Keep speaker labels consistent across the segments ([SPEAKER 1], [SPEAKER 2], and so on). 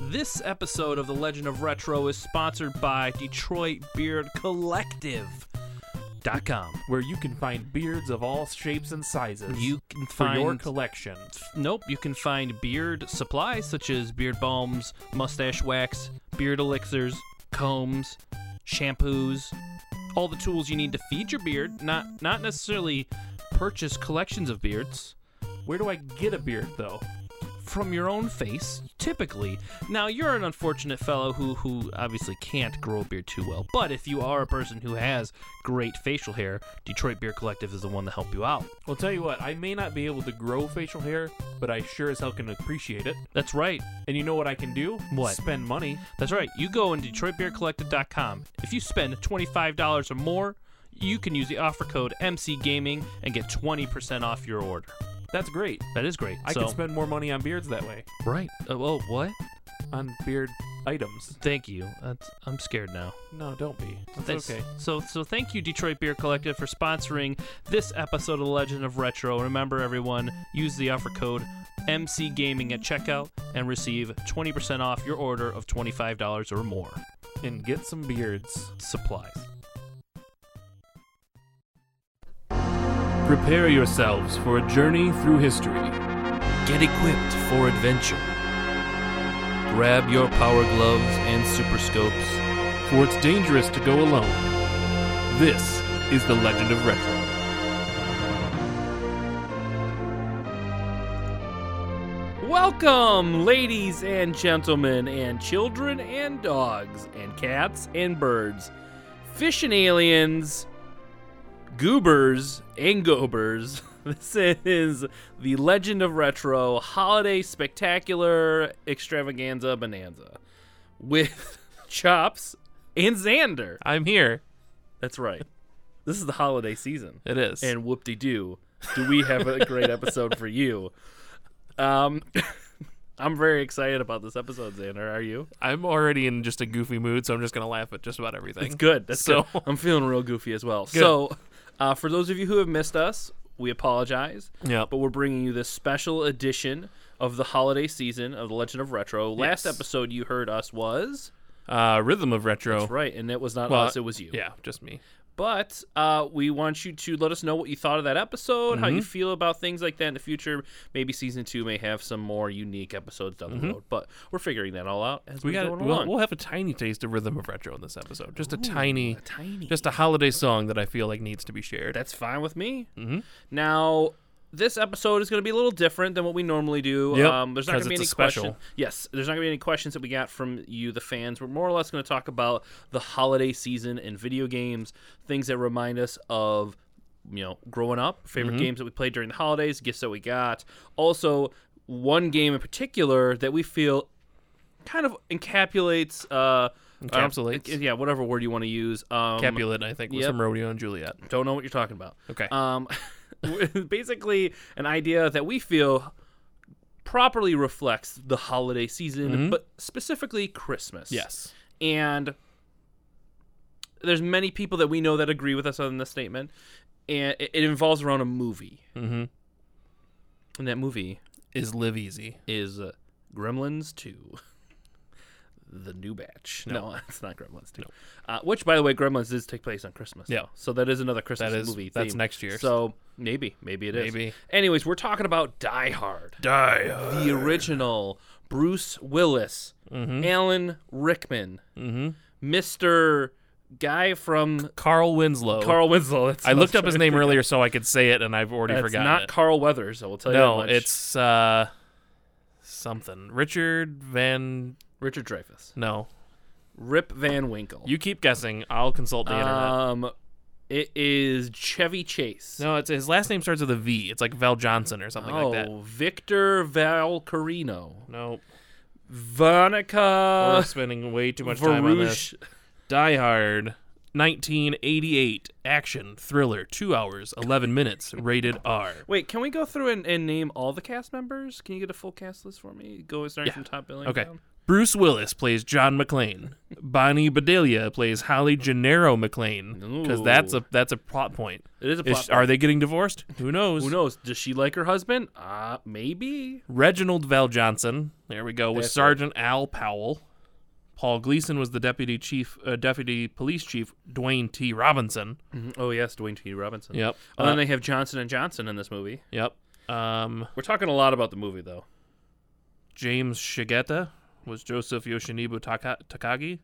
[SPEAKER 1] This episode of The Legend of Retro is sponsored by Detroit Beard Collective.com,
[SPEAKER 2] where you can find beards of all shapes and sizes.
[SPEAKER 1] You can
[SPEAKER 2] for your
[SPEAKER 1] find
[SPEAKER 2] collection.
[SPEAKER 1] Nope, you can find beard supplies such as beard balms, mustache wax, beard elixirs, combs, shampoos, all the tools you need to feed your beard, not not necessarily purchase collections of beards
[SPEAKER 2] Where do I get a beard though?
[SPEAKER 1] from your own face typically. Now, you're an unfortunate fellow who who obviously can't grow a beard too well, but if you are a person who has great facial hair, Detroit Beard Collective is the one to help you out.
[SPEAKER 2] Well, tell you what, I may not be able to grow facial hair, but I sure as hell can appreciate it.
[SPEAKER 1] That's right.
[SPEAKER 2] And you know what I can do?
[SPEAKER 1] What?
[SPEAKER 2] Spend money.
[SPEAKER 1] That's right. You go on DetroitBeerCollective.com. If you spend $25 or more, you can use the offer code MCGaming and get 20% off your order.
[SPEAKER 2] That's great.
[SPEAKER 1] That is great.
[SPEAKER 2] I
[SPEAKER 1] so,
[SPEAKER 2] can spend more money on beards that way.
[SPEAKER 1] Right. Oh, well, what?
[SPEAKER 2] On beard items.
[SPEAKER 1] Thank you. That's, I'm scared now.
[SPEAKER 2] No, don't be. That's
[SPEAKER 1] That's-
[SPEAKER 2] okay.
[SPEAKER 1] So, so thank you, Detroit Beer Collective, for sponsoring this episode of The Legend of Retro. Remember, everyone, use the offer code MCGaming at checkout and receive 20% off your order of $25 or more.
[SPEAKER 2] And get some beards.
[SPEAKER 1] Supplies.
[SPEAKER 2] Prepare yourselves for a journey through history.
[SPEAKER 1] Get equipped for adventure. Grab your power gloves and super scopes.
[SPEAKER 2] For it's dangerous to go alone. This is the Legend of Retro.
[SPEAKER 1] Welcome, ladies and gentlemen, and children and dogs, and cats and birds, fish and aliens, goobers and gobers. This is the Legend of Retro Holiday Spectacular Extravaganza Bonanza with Chops and Xander.
[SPEAKER 2] I'm here.
[SPEAKER 1] That's right. This is the holiday season.
[SPEAKER 2] It is.
[SPEAKER 1] and whoop de doo. Do we have a great episode for you? Um, I'm very excited about this episode, Xander. Are you?
[SPEAKER 2] I'm already in just a goofy mood, so I'm just gonna laugh at just about everything.
[SPEAKER 1] It's good. That's
[SPEAKER 2] So-
[SPEAKER 1] good. I'm feeling real goofy as well. So, uh, for those of you who have missed us, we apologize.
[SPEAKER 2] Yeah.
[SPEAKER 1] But we're bringing you this special edition of the holiday season of the Legend of Retro. Last
[SPEAKER 2] Yes.
[SPEAKER 1] episode you heard us was
[SPEAKER 2] Uh, rhythm of retro.
[SPEAKER 1] right, and it was not
[SPEAKER 2] Well,
[SPEAKER 1] us; it was you.
[SPEAKER 2] Yeah, just me.
[SPEAKER 1] But uh, we want you to let us know what you thought of that episode, how you feel about things like that in the future. Maybe season two may have some more unique episodes down the road, but we're figuring that all out as we,
[SPEAKER 2] We
[SPEAKER 1] go
[SPEAKER 2] got.
[SPEAKER 1] along.
[SPEAKER 2] We'll, we'll have a tiny taste of rhythm of retro in this episode. Just a tiny,
[SPEAKER 1] tiny.
[SPEAKER 2] just a holiday song that I feel like needs to be shared.
[SPEAKER 1] That's fine with me. Mm-hmm. Now, this episode is going to be a little different than what we normally do.
[SPEAKER 2] Yep,
[SPEAKER 1] um, there's not
[SPEAKER 2] 'cause
[SPEAKER 1] going to be
[SPEAKER 2] it's
[SPEAKER 1] any
[SPEAKER 2] a special.
[SPEAKER 1] question- Yes, there's not going to be any questions that we got from you, the fans. We're more or less going to talk about the holiday season and video games, things that remind us of you know growing up, favorite
[SPEAKER 2] Mm-hmm.
[SPEAKER 1] games that we played during the holidays, gifts that we got. Also, one game in particular that we feel kind of encapsulates. Uh,
[SPEAKER 2] Encapsulates.
[SPEAKER 1] uh, yeah, whatever word you want to use. Um,
[SPEAKER 2] Capulet, I think, with
[SPEAKER 1] yep.
[SPEAKER 2] some Romeo and Juliet.
[SPEAKER 1] don't know what you're talking about.
[SPEAKER 2] Okay.
[SPEAKER 1] Um, basically, an idea that we feel properly reflects the holiday season, but specifically Christmas.
[SPEAKER 2] Mm-hmm. yes.
[SPEAKER 1] And there's many people that we know that agree with us on this statement, and it, it involves around a movie,
[SPEAKER 2] Mm-hmm.
[SPEAKER 1] and that movie
[SPEAKER 2] Is live easy.
[SPEAKER 1] is uh, Gremlins 2. The new batch. No, it's not Gremlins 2. Uh, which, by the way, Gremlins does take place on Christmas.
[SPEAKER 2] Yeah.
[SPEAKER 1] though. So that is another Christmas
[SPEAKER 2] That is-
[SPEAKER 1] movie.
[SPEAKER 2] that's
[SPEAKER 1] theme.
[SPEAKER 2] next year's.
[SPEAKER 1] So maybe, maybe it is.
[SPEAKER 2] Maybe.
[SPEAKER 1] Anyways, we're talking about Die Hard,
[SPEAKER 2] Die.
[SPEAKER 1] the original Bruce Willis,
[SPEAKER 2] Mm-hmm.
[SPEAKER 1] Alan Rickman, Mister Guy from
[SPEAKER 2] Carl Winslow.
[SPEAKER 1] Carl Winslow. That's
[SPEAKER 2] Oh. I looked up his name earlier so I could say it, and I've already
[SPEAKER 1] It's
[SPEAKER 2] forgotten.
[SPEAKER 1] not
[SPEAKER 2] it.
[SPEAKER 1] Carl Weathers. I will tell you. that
[SPEAKER 2] no,
[SPEAKER 1] much.
[SPEAKER 2] it's uh, something. Richard Van.
[SPEAKER 1] Richard Dreyfuss,
[SPEAKER 2] No,
[SPEAKER 1] Rip Van Winkle.
[SPEAKER 2] you keep guessing. I'll consult the internet.
[SPEAKER 1] Um, it is Chevy Chase.
[SPEAKER 2] No, it's his last name starts with a V. It's like Val Johnson or something
[SPEAKER 1] oh,
[SPEAKER 2] like that.
[SPEAKER 1] Victor Valcarino,
[SPEAKER 2] No, we're
[SPEAKER 1] Vonica
[SPEAKER 2] spending way too much time on
[SPEAKER 1] Varouche.
[SPEAKER 2] this. Die Hard, 1988, action thriller, two hours, 11 minutes, rated R.
[SPEAKER 1] Wait, can we go through and, and name all the cast members? Can you get a full cast list for me? Go starting
[SPEAKER 2] Yeah.
[SPEAKER 1] from top billing.
[SPEAKER 2] Okay,
[SPEAKER 1] down?
[SPEAKER 2] Bruce Willis plays John McClane. Bonnie Bedelia plays Holly Gennaro McClane because that's a that's a plot point.
[SPEAKER 1] It is a
[SPEAKER 2] Is-
[SPEAKER 1] plot.
[SPEAKER 2] are they getting divorced? Who knows?
[SPEAKER 1] Who knows? Does she like her husband? Uh, maybe.
[SPEAKER 2] Reginald Val Johnson. There we go. Was
[SPEAKER 1] That's
[SPEAKER 2] Sergeant Al Powell. Paul Gleason was the deputy chief, uh, deputy police chief Dwayne T. Robinson.
[SPEAKER 1] Mhm. Oh yes, Dwayne T. Robinson.
[SPEAKER 2] Yep.
[SPEAKER 1] And
[SPEAKER 2] Uh,
[SPEAKER 1] then they have Johnson and Johnson in this movie.
[SPEAKER 2] Yep. Um,
[SPEAKER 1] We're talking a lot about the movie though.
[SPEAKER 2] James Shigeta was Joseph Yoshinibu Taka- Takagi.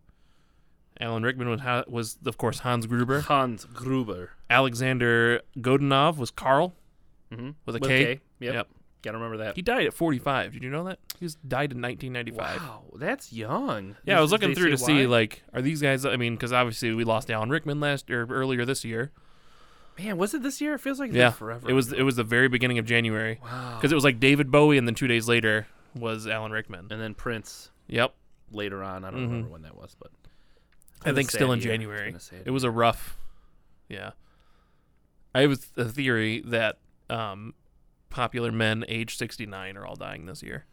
[SPEAKER 2] Alan Rickman was, ha- was of course Hans Gruber.
[SPEAKER 1] Hans Gruber
[SPEAKER 2] Alexander Godunov was Carl
[SPEAKER 1] Mhm.
[SPEAKER 2] with a
[SPEAKER 1] with
[SPEAKER 2] K.
[SPEAKER 1] a K. Yep.
[SPEAKER 2] Yep.
[SPEAKER 1] Gotta remember that.
[SPEAKER 2] He died at 45. Did you know that? He was died in 1995.
[SPEAKER 1] Wow, that's young.
[SPEAKER 2] Yeah, I was looking through to see
[SPEAKER 1] like.
[SPEAKER 2] like are these guys? I mean, because obviously we lost Alan Rickman last or earlier this year.
[SPEAKER 1] Man, was it this year? It feels like it's
[SPEAKER 2] yeah,
[SPEAKER 1] been forever.
[SPEAKER 2] it was it was the very beginning of January
[SPEAKER 1] wow.
[SPEAKER 2] because it was like David Bowie, and then two days later was Alan Rickman.
[SPEAKER 1] And then Prince
[SPEAKER 2] Yep,
[SPEAKER 1] later on. I don't
[SPEAKER 2] Mm-hmm.
[SPEAKER 1] remember when that was, but
[SPEAKER 2] I
[SPEAKER 1] was
[SPEAKER 2] think
[SPEAKER 1] a
[SPEAKER 2] still
[SPEAKER 1] sad
[SPEAKER 2] in
[SPEAKER 1] year.
[SPEAKER 2] January.
[SPEAKER 1] It was a sad
[SPEAKER 2] It was a rough. Yeah, I have a theory that um, popular men age 69 are all dying this year.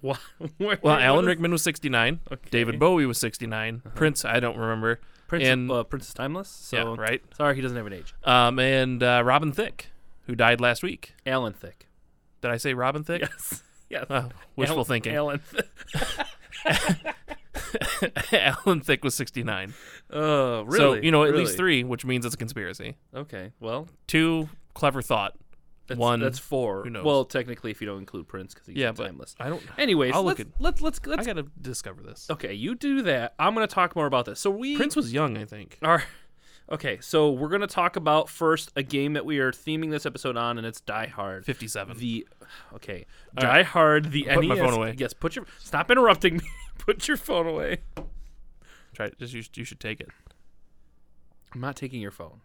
[SPEAKER 1] well,
[SPEAKER 2] Well, Alan Rickman was 69.
[SPEAKER 1] Okay.
[SPEAKER 2] David Bowie was 69. Prince, I don't remember.
[SPEAKER 1] Prince,
[SPEAKER 2] and-
[SPEAKER 1] uh, Prince is timeless. Uh-huh. So
[SPEAKER 2] yeah, right.
[SPEAKER 1] Sorry, he doesn't have an age.
[SPEAKER 2] Um, and uh, Robin Thicke, who died last week.
[SPEAKER 1] Alan Thick.
[SPEAKER 2] Did I say Robin Thicke?
[SPEAKER 1] Yes. Yes.
[SPEAKER 2] Oh, wishful
[SPEAKER 1] Alan-
[SPEAKER 2] thinking.
[SPEAKER 1] Alan. Thick.
[SPEAKER 2] Alan Thicke was 69.
[SPEAKER 1] Oh, really?
[SPEAKER 2] So, you know, at
[SPEAKER 1] Really?
[SPEAKER 2] least three, which means it's a conspiracy.
[SPEAKER 1] Okay. Well,
[SPEAKER 2] Two, clever thought.
[SPEAKER 1] that's,
[SPEAKER 2] One.
[SPEAKER 1] That's four.
[SPEAKER 2] who knows?
[SPEAKER 1] Well, technically, if you don't include Prince, because he's
[SPEAKER 2] yeah, but
[SPEAKER 1] timeless.
[SPEAKER 2] I don't.
[SPEAKER 1] Anyways,
[SPEAKER 2] I'll
[SPEAKER 1] let's,
[SPEAKER 2] look
[SPEAKER 1] let's let's let's.
[SPEAKER 2] I got to discover this.
[SPEAKER 1] okay, you do that. I'm gonna talk more about this. So we
[SPEAKER 2] Prince was young, I think.
[SPEAKER 1] All right. Okay, so we're going to talk about first a game that we are theming this episode on, and it's Die Hard.
[SPEAKER 2] 57.
[SPEAKER 1] The okay,
[SPEAKER 2] All
[SPEAKER 1] Die
[SPEAKER 2] right.
[SPEAKER 1] Hard. The
[SPEAKER 2] Put my
[SPEAKER 1] NES.
[SPEAKER 2] phone away.
[SPEAKER 1] Yes, put your stop interrupting me. put your phone away.
[SPEAKER 2] Try it. Just, you, should- you should take it.
[SPEAKER 1] I'm not taking your phone.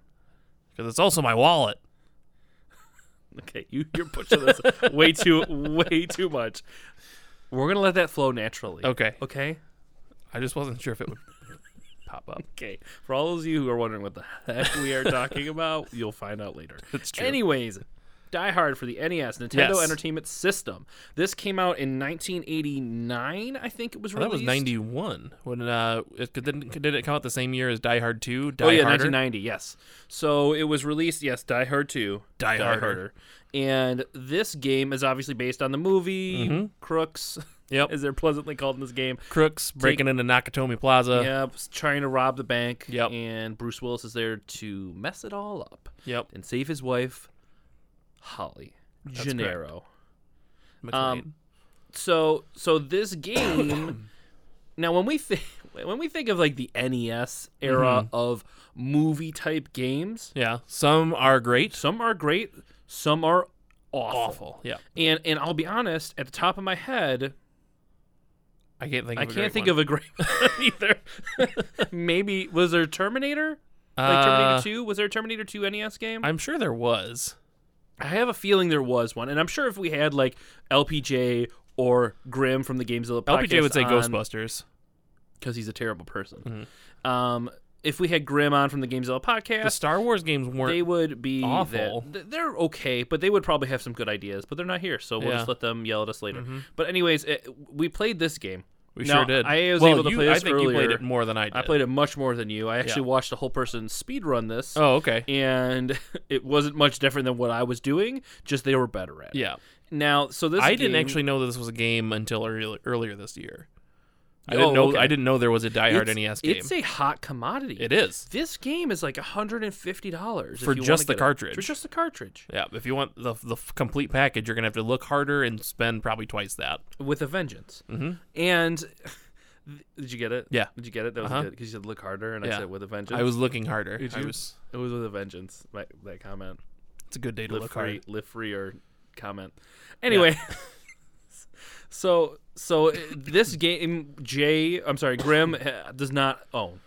[SPEAKER 2] Because it's also my wallet.
[SPEAKER 1] Okay, you you're pushing this way too way too much. We're gonna let that flow naturally.
[SPEAKER 2] Okay.
[SPEAKER 1] Okay.
[SPEAKER 2] I just wasn't sure if it would pop up.
[SPEAKER 1] Okay. For all those of you who are wondering what the heck we are talking about, you'll find out later.
[SPEAKER 2] That's true.
[SPEAKER 1] Anyways, Die Hard for the NES, Nintendo
[SPEAKER 2] Yes.
[SPEAKER 1] Entertainment System. This came out in 1989, I think it was
[SPEAKER 2] Well,
[SPEAKER 1] released.
[SPEAKER 2] Oh, that was 91. When uh, it, didn't, did it come out the same year as Die Hard 2? Die
[SPEAKER 1] Oh yeah,
[SPEAKER 2] Harder?
[SPEAKER 1] 1990. Yes. So it was released. Yes, Die Hard 2.
[SPEAKER 2] Die Harder.
[SPEAKER 1] And this game is obviously based on the movie
[SPEAKER 2] Mm-hmm.
[SPEAKER 1] Crooks,
[SPEAKER 2] Yep.
[SPEAKER 1] as they're pleasantly called in this game.
[SPEAKER 2] Crooks breaking into Nakatomi Plaza.
[SPEAKER 1] Yep, trying to rob the bank.
[SPEAKER 2] Uh. Yep.
[SPEAKER 1] And Bruce Willis is there to mess it all up
[SPEAKER 2] Yep.
[SPEAKER 1] and save his wife, Holly Gennaro.
[SPEAKER 2] McLean.
[SPEAKER 1] so so this game now when we think when we think of like the NES era of movie type games
[SPEAKER 2] yeah. Some are great.
[SPEAKER 1] some are great some are awful.
[SPEAKER 2] Yeah.
[SPEAKER 1] and and I'll be honest at the top of my head
[SPEAKER 2] I can't think.
[SPEAKER 1] I
[SPEAKER 2] Of a
[SPEAKER 1] can't think of a great one either maybe was there Terminator like Terminator 2 was there a Terminator 2 NES game
[SPEAKER 2] Uh, I'm sure there was.
[SPEAKER 1] I have a feeling there was one and I'm sure if we had like LPJ or Grimm from the Gamezilla podcast
[SPEAKER 2] LPJ would say
[SPEAKER 1] on-
[SPEAKER 2] Ghostbusters. Mm-hmm.
[SPEAKER 1] because he's a terrible person. Um, if we had Grimm on from the Gamezilla
[SPEAKER 2] The
[SPEAKER 1] podcast,
[SPEAKER 2] Star Wars games weren't.
[SPEAKER 1] they would be
[SPEAKER 2] awful.
[SPEAKER 1] that- th- they're okay, but they would probably have some good ideas. But they're not here, so we'll
[SPEAKER 2] Yeah. Mm-hmm.
[SPEAKER 1] just let them yell at us later. But anyways, it, we played this game.
[SPEAKER 2] we
[SPEAKER 1] Now,
[SPEAKER 2] sure did.
[SPEAKER 1] I was
[SPEAKER 2] well,
[SPEAKER 1] able to
[SPEAKER 2] you,
[SPEAKER 1] play this
[SPEAKER 2] I think
[SPEAKER 1] earlier.
[SPEAKER 2] you played it more than I did.
[SPEAKER 1] I played it much more than you. I actually watched a whole person speed run this,
[SPEAKER 2] Oh, okay.
[SPEAKER 1] and it wasn't much different than what I was doing. Just they were better at. it.
[SPEAKER 2] Yeah.
[SPEAKER 1] Now, so this
[SPEAKER 2] I didn't
[SPEAKER 1] game-
[SPEAKER 2] actually know that this was a game until earlier, earlier this year. I
[SPEAKER 1] Oh,
[SPEAKER 2] didn't know.
[SPEAKER 1] okay.
[SPEAKER 2] I didn't know there was a Die Hard
[SPEAKER 1] it's-
[SPEAKER 2] NES game.
[SPEAKER 1] It's a hot commodity.
[SPEAKER 2] it is.
[SPEAKER 1] This game is like hundred and fifty dollars
[SPEAKER 2] For just the cartridge.
[SPEAKER 1] For just the cartridge
[SPEAKER 2] Yeah. If you want the the f- complete package, you're gonna have to look harder and spend probably twice that.
[SPEAKER 1] with a vengeance. Mm-hmm. And did you get it?
[SPEAKER 2] Yeah.
[SPEAKER 1] Did you get it? That was
[SPEAKER 2] Uh-huh.
[SPEAKER 1] good because you said look harder, and I
[SPEAKER 2] Yeah.
[SPEAKER 1] said with a vengeance.
[SPEAKER 2] I was looking harder.
[SPEAKER 1] Did
[SPEAKER 2] I
[SPEAKER 1] you?
[SPEAKER 2] was.
[SPEAKER 1] It was with a vengeance. My, that comment.
[SPEAKER 2] It's a good day to
[SPEAKER 1] Live
[SPEAKER 2] look
[SPEAKER 1] free.
[SPEAKER 2] hard.
[SPEAKER 1] Live free or comment. Anyway. so so uh, this game Jay I'm sorry Grim uh, does not own.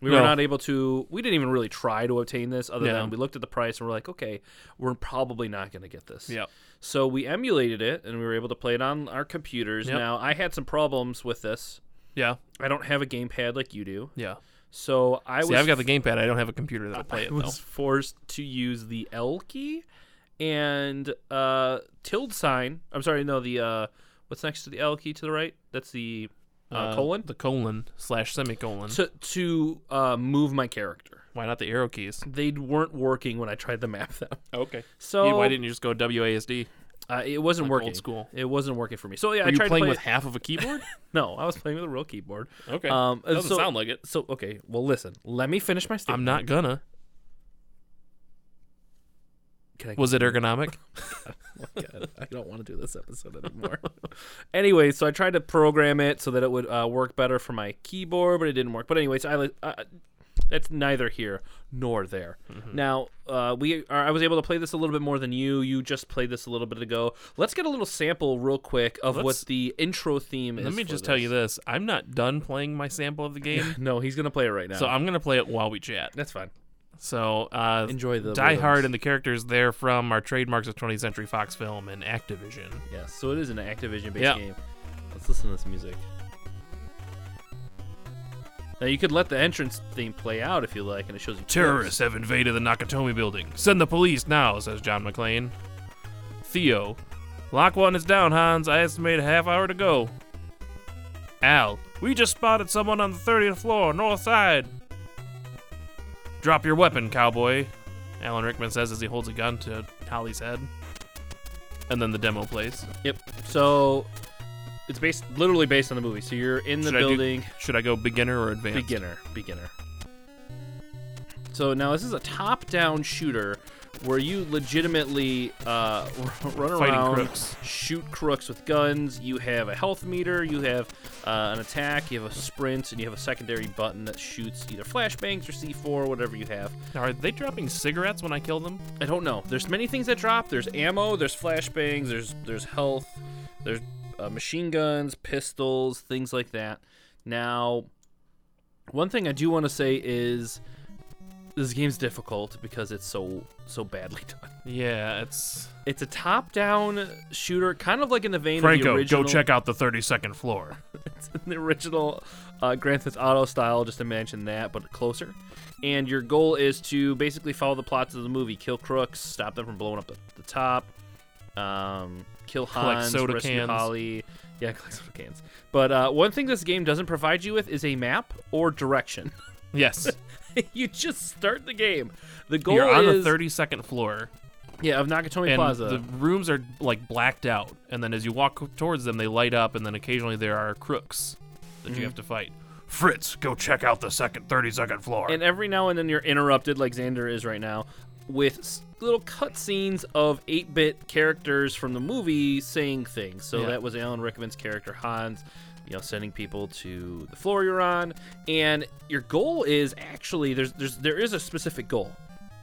[SPEAKER 1] We were
[SPEAKER 2] No.
[SPEAKER 1] not able to. We didn't even really try to obtain this, other
[SPEAKER 2] Yeah.
[SPEAKER 1] than we looked at the price and we're like, okay, we're probably not going to get this.
[SPEAKER 2] Yep.
[SPEAKER 1] So we emulated it and we were able to play it on our computers.
[SPEAKER 2] Yep.
[SPEAKER 1] Now I had some problems with this.
[SPEAKER 2] Yeah.
[SPEAKER 1] I don't have a gamepad like you do,
[SPEAKER 2] Yeah.
[SPEAKER 1] so I
[SPEAKER 2] See,
[SPEAKER 1] was
[SPEAKER 2] I've got the gamepad. I don't have a computer that'll play
[SPEAKER 1] I
[SPEAKER 2] it though.
[SPEAKER 1] was forced to use the L key and uh, tilde sign. I'm sorry, no, the uh, what's next to the L key to the right? That's the uh, colon
[SPEAKER 2] the colon slash semicolon.
[SPEAKER 1] to to uh, move my character.
[SPEAKER 2] why not the arrow keys?
[SPEAKER 1] They weren't working when I tried to map them.
[SPEAKER 2] Okay.
[SPEAKER 1] So
[SPEAKER 2] why didn't you just go WASD?
[SPEAKER 1] uh, it wasn't
[SPEAKER 2] old
[SPEAKER 1] working.
[SPEAKER 2] school?
[SPEAKER 1] It wasn't working for me. So yeah,
[SPEAKER 2] Were
[SPEAKER 1] I
[SPEAKER 2] you
[SPEAKER 1] tried
[SPEAKER 2] playing
[SPEAKER 1] to play
[SPEAKER 2] with half of a keyboard?
[SPEAKER 1] No, I was playing with a real keyboard.
[SPEAKER 2] okay.
[SPEAKER 1] Um, and
[SPEAKER 2] Doesn't
[SPEAKER 1] so-
[SPEAKER 2] sound like it.
[SPEAKER 1] So okay, well listen, let me finish my statement.
[SPEAKER 2] I'm not gonna.
[SPEAKER 1] Can I-
[SPEAKER 2] Was it ergonomic?
[SPEAKER 1] God, I don't want to do this episode anymore. anyway, so I tried to program it so that it would uh, work better for my keyboard, but it didn't work. But anyway, so I li- uh, that's neither here nor there.
[SPEAKER 2] Mm-hmm.
[SPEAKER 1] Now uh, we are, I was able to play this a little bit more than you. You just played this a little bit ago. Let's get a little sample real quick of what
[SPEAKER 2] Let's-
[SPEAKER 1] the intro theme is.
[SPEAKER 2] Let me
[SPEAKER 1] for
[SPEAKER 2] just tell
[SPEAKER 1] this.
[SPEAKER 2] you this: I'm not done playing my sample of the game,
[SPEAKER 1] No, he's gonna play it right now.
[SPEAKER 2] so I'm gonna play it while we chat.
[SPEAKER 1] that's fine.
[SPEAKER 2] So uh,
[SPEAKER 1] Enjoy the
[SPEAKER 2] Die Hard
[SPEAKER 1] rhythms.
[SPEAKER 2] and the characters therefrom are trademarks of 20th Century Fox Film and Activision.
[SPEAKER 1] Yeah, so it is an Activision based
[SPEAKER 2] Yeah.
[SPEAKER 1] game. Let's listen to this music. Now you could let the entrance theme play out if you like, and it shows you clips.
[SPEAKER 2] Terrorists have invaded the Nakatomi building. Send the police now, says John McClane. Theo. Lock one is down, Hans. I estimate a half hour to go. Al. We just spotted someone on the 30th floor, north side. Drop your weapon, cowboy. Alan Rickman says as he holds a gun to Holly's head. And then the demo plays.
[SPEAKER 1] Yep. So it's based literally based on the movie. So you're in the
[SPEAKER 2] Should I do-
[SPEAKER 1] building,
[SPEAKER 2] Should I go beginner or advanced?
[SPEAKER 1] beginner, beginner. So now this is a top-down shooter where you legitimately uh, run around,
[SPEAKER 2] Fighting crooks.
[SPEAKER 1] shoot crooks with guns. You have a health meter, you have uh, an attack, you have a sprint, and you have a secondary button that shoots either flashbangs or C4, whatever you have.
[SPEAKER 2] Are they dropping cigarettes when I kill them?
[SPEAKER 1] I don't know. There's many things that drop. There's ammo. There's flashbangs. There's there's health. There's uh, machine guns, pistols, things like that. Now, one thing I do want to say is this game's difficult because it's so so badly done.
[SPEAKER 2] Yeah, it's
[SPEAKER 1] It's a top-down shooter, kind of like in the vein of the
[SPEAKER 2] Franco.
[SPEAKER 1] original,
[SPEAKER 2] Go check out the 32nd floor.
[SPEAKER 1] the original uh, Grand Theft Auto style. Just imagine that, but closer. And your goal is to basically follow the plots of the movie: kill crooks, stop them from blowing up the, the top, um, kill
[SPEAKER 2] Collect
[SPEAKER 1] Hans,
[SPEAKER 2] soda
[SPEAKER 1] rescue
[SPEAKER 2] cans.
[SPEAKER 1] Holly. Yeah, collect soda cans. But uh, one thing this game doesn't provide you with is a map or direction.
[SPEAKER 2] Yes,
[SPEAKER 1] you just start the game. The goal
[SPEAKER 2] you're on
[SPEAKER 1] is
[SPEAKER 2] the 32nd floor,
[SPEAKER 1] yeah of Nakatomi
[SPEAKER 2] and
[SPEAKER 1] Plaza.
[SPEAKER 2] the rooms are like blacked out. And then as you walk towards them, they light up, and then occasionally there are crooks that
[SPEAKER 1] Mm-hmm.
[SPEAKER 2] you have to fight. Fritz, go check out the second 32nd floor.
[SPEAKER 1] and every now and then you're interrupted like xander is right now with s- little cutscenes of 8-bit characters from the movie saying things so
[SPEAKER 2] Yeah.
[SPEAKER 1] that was alan rickman's character hans you know sending people to the floor you're on and your goal is actually there's, there's there is a specific goal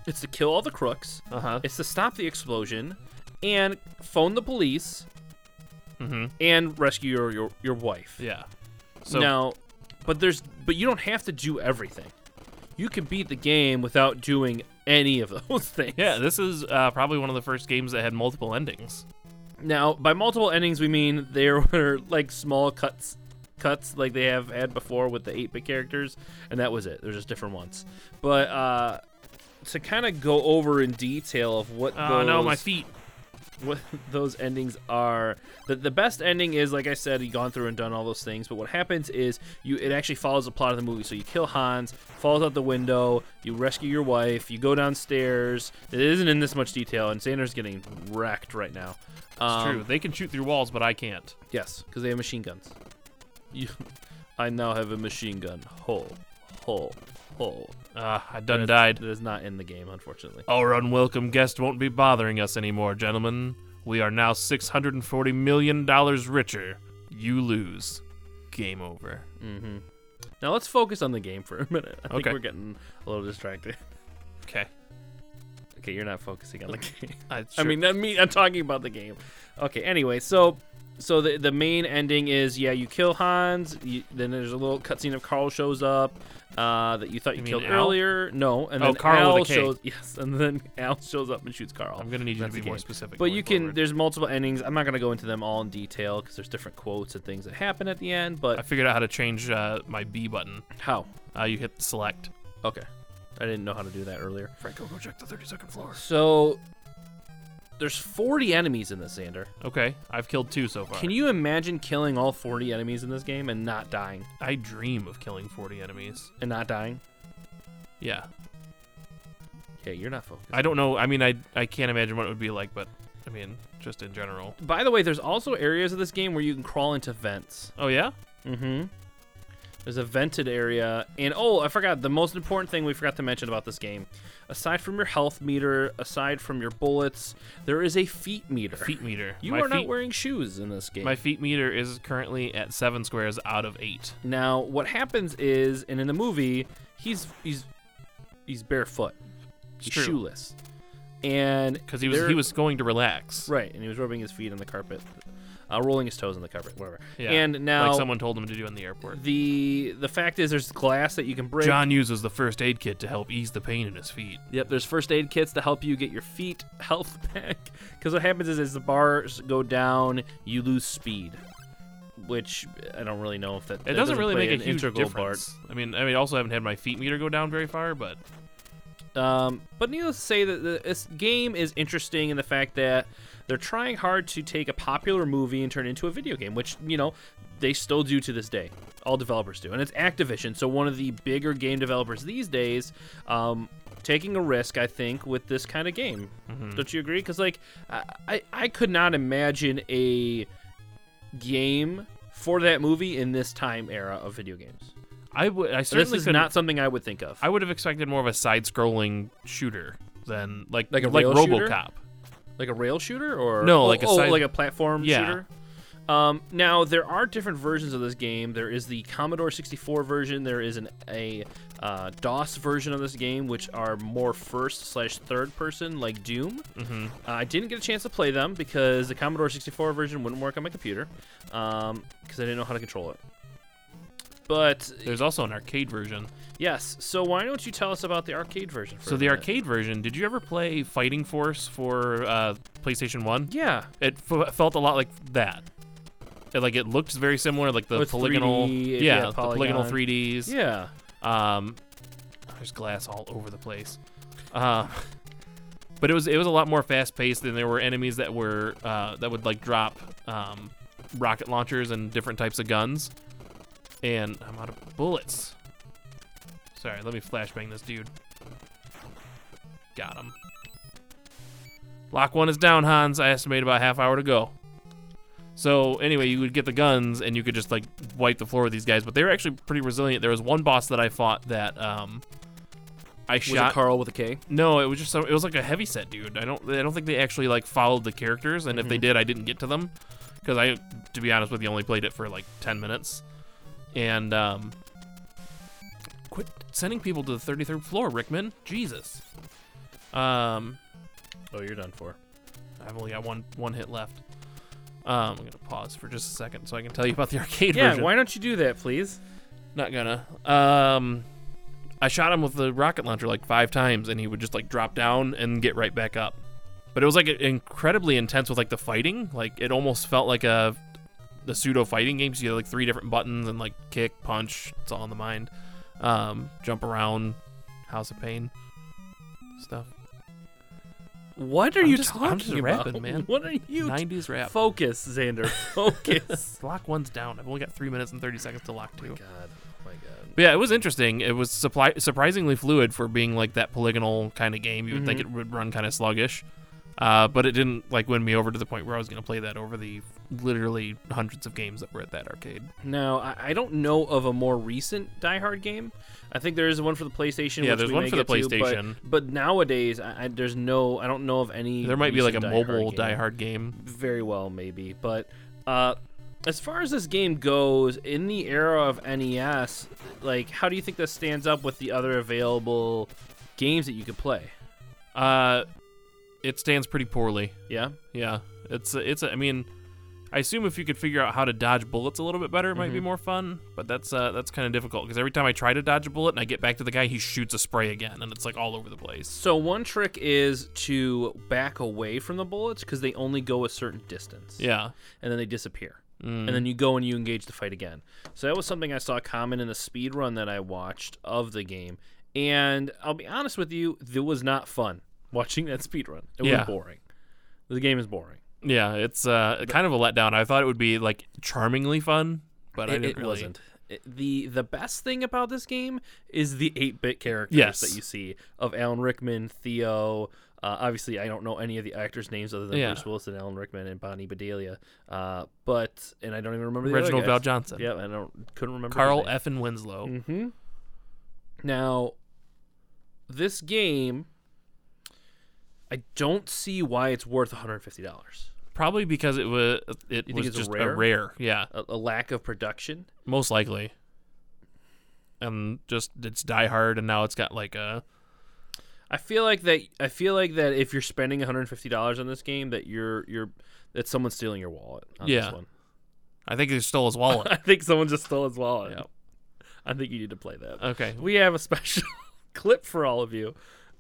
[SPEAKER 1] it's to kill all the crooks
[SPEAKER 2] uh huh.
[SPEAKER 1] it's to stop the explosion and phone the police
[SPEAKER 2] hmm
[SPEAKER 1] and rescue your your, your wife
[SPEAKER 2] Yeah. So
[SPEAKER 1] now, but there's but you don't have to do everything. You can beat the game without doing any of those things.
[SPEAKER 2] yeah, this is uh, probably one of the first games that had multiple endings.
[SPEAKER 1] Now, by multiple endings, we mean there were like small cuts, cuts like they have had before with the 8-bit characters, and that was it. They're just different ones. But uh, to kind of go over in detail of what
[SPEAKER 2] Oh
[SPEAKER 1] those,
[SPEAKER 2] no, my feet.
[SPEAKER 1] what those endings are. The, the best ending is, like I said, you've gone through and done all those things. But what happens is you it actually follows the plot of the movie. So you kill Hans, falls out the window, you rescue your wife, you go downstairs. It isn't in this much detail, and Sanders getting wrecked right now.
[SPEAKER 2] It's
[SPEAKER 1] Um,
[SPEAKER 2] true. They can shoot through walls, but I can't.
[SPEAKER 1] Yes, because they have machine guns. You, I now have a machine gun. Hole, hole, hole.
[SPEAKER 2] Uh, I done died.
[SPEAKER 1] That is not in the game, unfortunately.
[SPEAKER 2] Our unwelcome guest won't be bothering us anymore, gentlemen. We are now $640 million richer. You lose. Game over.
[SPEAKER 1] Mm-hmm. Now let's focus on the game for a minute. I think
[SPEAKER 2] Okay.
[SPEAKER 1] we're getting a little distracted.
[SPEAKER 2] Okay.
[SPEAKER 1] Okay, you're not focusing on the game.
[SPEAKER 2] I,
[SPEAKER 1] I mean, not me. I'm talking about the game. Okay. Anyway, so so the the main ending is yeah, you kill Hans. You, then there's a little cutscene of Carl shows up uh, that you thought you,
[SPEAKER 2] mean
[SPEAKER 1] killed
[SPEAKER 2] Al?
[SPEAKER 1] earlier. No, and
[SPEAKER 2] Oh,
[SPEAKER 1] then
[SPEAKER 2] Carl
[SPEAKER 1] Al
[SPEAKER 2] with a K.
[SPEAKER 1] shows yes, and then Al shows up and shoots Carl.
[SPEAKER 2] I'm going to need you to
[SPEAKER 1] That's
[SPEAKER 2] be
[SPEAKER 1] the
[SPEAKER 2] more
[SPEAKER 1] game.
[SPEAKER 2] specific.
[SPEAKER 1] But
[SPEAKER 2] going
[SPEAKER 1] you can.
[SPEAKER 2] forward.
[SPEAKER 1] There's multiple endings. I'm not gonna go into them all in detail because there's different quotes and things that happen at the end.
[SPEAKER 2] I
[SPEAKER 1] But
[SPEAKER 2] figured out how to change uh, my B button.
[SPEAKER 1] how?
[SPEAKER 2] Uh, you hit select.
[SPEAKER 1] Okay. I didn't know how to do that earlier.
[SPEAKER 2] Franco, go check the 32nd floor.
[SPEAKER 1] So there's 40 enemies in this, Xander.
[SPEAKER 2] Okay, I've killed two so far.
[SPEAKER 1] Can you imagine killing all 40 enemies in this game and not dying?
[SPEAKER 2] I dream of killing 40 enemies.
[SPEAKER 1] And not dying?
[SPEAKER 2] Yeah.
[SPEAKER 1] Yeah, you're not focused.
[SPEAKER 2] I don't know. I mean, I I can't imagine what it would be like, but I mean, just in general.
[SPEAKER 1] By the way, there's also areas of this game where you can crawl into vents.
[SPEAKER 2] Oh yeah.
[SPEAKER 1] Mm-hmm. There's a vented area, and oh, I forgot the most important thing we forgot to mention about this game. Aside from your health meter, aside from your bullets, there is a feet meter.
[SPEAKER 2] Feet meter.
[SPEAKER 1] You
[SPEAKER 2] my
[SPEAKER 1] are
[SPEAKER 2] feet,
[SPEAKER 1] not wearing shoes in this game.
[SPEAKER 2] My feet meter is currently at seven squares out of eight.
[SPEAKER 1] Now, what happens is, and in the movie, he's he's he's barefoot, he's
[SPEAKER 2] true.
[SPEAKER 1] shoeless, and
[SPEAKER 2] Because he was
[SPEAKER 1] there-
[SPEAKER 2] he was going to relax.
[SPEAKER 1] right, and he was rubbing his feet on the carpet, uh, rolling his toes on the carpet, whatever.
[SPEAKER 2] Yeah.
[SPEAKER 1] And now
[SPEAKER 2] like someone told him to do in the airport.
[SPEAKER 1] the the fact is, there's glass that you can break.
[SPEAKER 2] John uses the first aid kit to help ease the pain in his feet.
[SPEAKER 1] Yep, there's first aid kits to help you get your feet health back. Because what happens is, as the bars go down, you lose speed, which I don't really know if that.
[SPEAKER 2] It doesn't, really
[SPEAKER 1] play
[SPEAKER 2] make a
[SPEAKER 1] an
[SPEAKER 2] huge
[SPEAKER 1] integral
[SPEAKER 2] difference. I mean, I mean, also haven't had my feet meter go down very far, but
[SPEAKER 1] Part. Um, but needless to say, that the, this game is interesting in the fact that they're trying hard to take a popular movie and turn it into a video game, which you know they still do to this day. All developers do, and it's Activision, so one of the bigger game developers these days. Um, taking a risk, I think, with this kind of game. Don't you agree? Because like I, I I could not imagine a game for that movie in this time era of video games.
[SPEAKER 2] I would. I
[SPEAKER 1] This
[SPEAKER 2] certainly
[SPEAKER 1] is
[SPEAKER 2] could
[SPEAKER 1] not something I would think of.
[SPEAKER 2] I would have expected more of a side-scrolling shooter than like
[SPEAKER 1] Like a rail shooter?
[SPEAKER 2] RoboCop.
[SPEAKER 1] like a rail shooter or
[SPEAKER 2] No,
[SPEAKER 1] oh,
[SPEAKER 2] like a
[SPEAKER 1] oh,
[SPEAKER 2] side-
[SPEAKER 1] like a platform
[SPEAKER 2] Yeah.
[SPEAKER 1] shooter. Um, now there are different versions of this game. There is the Commodore 64 version. There is an a uh, DOS version of this game, which are more first slash third person, like Doom. Mm-hmm. Uh, I didn't get a chance to play them because the Commodore 64 version wouldn't work on my computer because I didn't know how to control it. But
[SPEAKER 2] There's also an arcade version.
[SPEAKER 1] yes, so why don't you tell us about the arcade version? For
[SPEAKER 2] So
[SPEAKER 1] a
[SPEAKER 2] the
[SPEAKER 1] minute?
[SPEAKER 2] arcade version. Did you ever play Fighting Force for uh, PlayStation One?
[SPEAKER 1] yeah,
[SPEAKER 2] It f- felt a lot like that. It, like it looked very similar, like the
[SPEAKER 1] With
[SPEAKER 2] polygonal,
[SPEAKER 1] 3D,
[SPEAKER 2] yeah,
[SPEAKER 1] yeah,
[SPEAKER 2] the polygonal
[SPEAKER 1] polygon.
[SPEAKER 2] 3ds.
[SPEAKER 1] yeah.
[SPEAKER 2] Um, there's glass all over the place. Uh, but it was it was a lot more fast paced, and there were enemies that were uh, that would like drop um, rocket launchers and different types of guns. And I'm out of bullets. Sorry, let me flashbang this dude. Got him. Lock one is down, Hans. I estimate about half hour to go. So anyway, you would get the guns and you could just like wipe the floor with these guys, but they were actually pretty resilient. There was one boss that I fought that um I
[SPEAKER 1] Was
[SPEAKER 2] shot.
[SPEAKER 1] it Carl with a K?
[SPEAKER 2] no, it was just some, it was like a heavy set dude. I don't I don't think they actually like followed the characters, and if they did, I didn't get to them because I, to be honest with you, only played it for like ten minutes. And um, quit sending people to the thirty third floor, Rickman. Jesus. Um,
[SPEAKER 1] Oh, you're done for.
[SPEAKER 2] I've only got one one hit left. Um, I'm gonna pause for just a second so I can tell you about the arcade
[SPEAKER 1] Yeah,
[SPEAKER 2] version.
[SPEAKER 1] why don't you do that, please?
[SPEAKER 2] Not gonna. Um, I shot him with the rocket launcher like five times, and he would just like drop down and get right back up. But it was like incredibly intense with like the fighting. Like it almost felt like a the pseudo fighting games. you had like three different buttons and like kick, punch. It's all in the mind. Um, jump around, House of Pain stuff.
[SPEAKER 1] What are
[SPEAKER 2] I'm
[SPEAKER 1] you
[SPEAKER 2] just-
[SPEAKER 1] talking
[SPEAKER 2] I'm just
[SPEAKER 1] about,
[SPEAKER 2] rapping, man.
[SPEAKER 1] What are you? t-
[SPEAKER 2] Nineties rap.
[SPEAKER 1] Focus, Xander. Focus.
[SPEAKER 2] Lock one's down. I've only got three minutes and thirty seconds to lock two.
[SPEAKER 1] God, oh my God.
[SPEAKER 2] But yeah, it was interesting. It was supply- surprisingly fluid for being like that polygonal kind of game. You would think it would run kind of sluggish, uh, but it didn't like win me over to the point where I was going to play that over the literally hundreds of games that were at that arcade.
[SPEAKER 1] Now, I, I don't know of a more recent Die Hard game. I think there is one for the PlayStation.
[SPEAKER 2] Yeah,
[SPEAKER 1] which
[SPEAKER 2] there's
[SPEAKER 1] we
[SPEAKER 2] one
[SPEAKER 1] may
[SPEAKER 2] for the
[SPEAKER 1] get to, but-
[SPEAKER 2] PlayStation.
[SPEAKER 1] but, nowadays, I, I, there's no. I don't know of any.
[SPEAKER 2] There might be like a
[SPEAKER 1] recent Die
[SPEAKER 2] mobile
[SPEAKER 1] Hard game.
[SPEAKER 2] Die Hard game.
[SPEAKER 1] Very well, maybe. But uh, as far as this game goes, in the era of NES, like, how do you think this stands up with the other available games that you could play?
[SPEAKER 2] Uh, it stands pretty poorly.
[SPEAKER 1] Yeah.
[SPEAKER 2] Yeah, it's a, it's. A, I mean, I assume if you could figure out how to dodge bullets a little bit better, it might be more fun. But that's uh, that's kind of difficult because every time I try to dodge a bullet and I get back to the guy, he shoots a spray again, and it's like all over the place.
[SPEAKER 1] So one trick is to back away from the bullets because they only go a certain distance.
[SPEAKER 2] Yeah. Mm.
[SPEAKER 1] And then they disappear. And then you go and you engage the fight again. So that was something I saw common in the speed run that I watched of the game. And I'll be honest with you, it was not fun watching that speed run. It
[SPEAKER 2] Yeah.
[SPEAKER 1] was boring. The game is boring.
[SPEAKER 2] Yeah, it's uh, kind of a letdown. I thought it would be like charmingly fun, but I
[SPEAKER 1] it,
[SPEAKER 2] didn't
[SPEAKER 1] it
[SPEAKER 2] really-
[SPEAKER 1] wasn't. It- the The best thing about this game is the eight bit characters
[SPEAKER 2] Yes.
[SPEAKER 1] that you see of Alan Rickman, Theo. Uh, obviously, I don't know any of the actors' names other than
[SPEAKER 2] Yeah.
[SPEAKER 1] Bruce Willis and Alan Rickman and Bonnie Bedelia. Uh, but and I don't even remember the other
[SPEAKER 2] Reginald
[SPEAKER 1] guys.
[SPEAKER 2] Val Johnson,
[SPEAKER 1] Yeah, I don't couldn't remember his
[SPEAKER 2] Carl
[SPEAKER 1] name.
[SPEAKER 2] F. and Winslow.
[SPEAKER 1] Mm-hmm. Now, this game, I don't see why it's worth $150.
[SPEAKER 2] Probably because it was it
[SPEAKER 1] You think
[SPEAKER 2] was
[SPEAKER 1] it's
[SPEAKER 2] just
[SPEAKER 1] rare?
[SPEAKER 2] a rare, yeah,
[SPEAKER 1] A, a lack of production.
[SPEAKER 2] most likely. And just it's Die Hard, and now it's got like a
[SPEAKER 1] I feel like that. I feel like that if you're spending 150 dollars on this game, that you're you're that someone's stealing your wallet. On
[SPEAKER 2] Yeah.
[SPEAKER 1] this one.
[SPEAKER 2] I think he stole his wallet.
[SPEAKER 1] I think someone just stole his wallet.
[SPEAKER 2] Yep.
[SPEAKER 1] I think you need to play that.
[SPEAKER 2] okay,
[SPEAKER 1] we have a special clip for all of you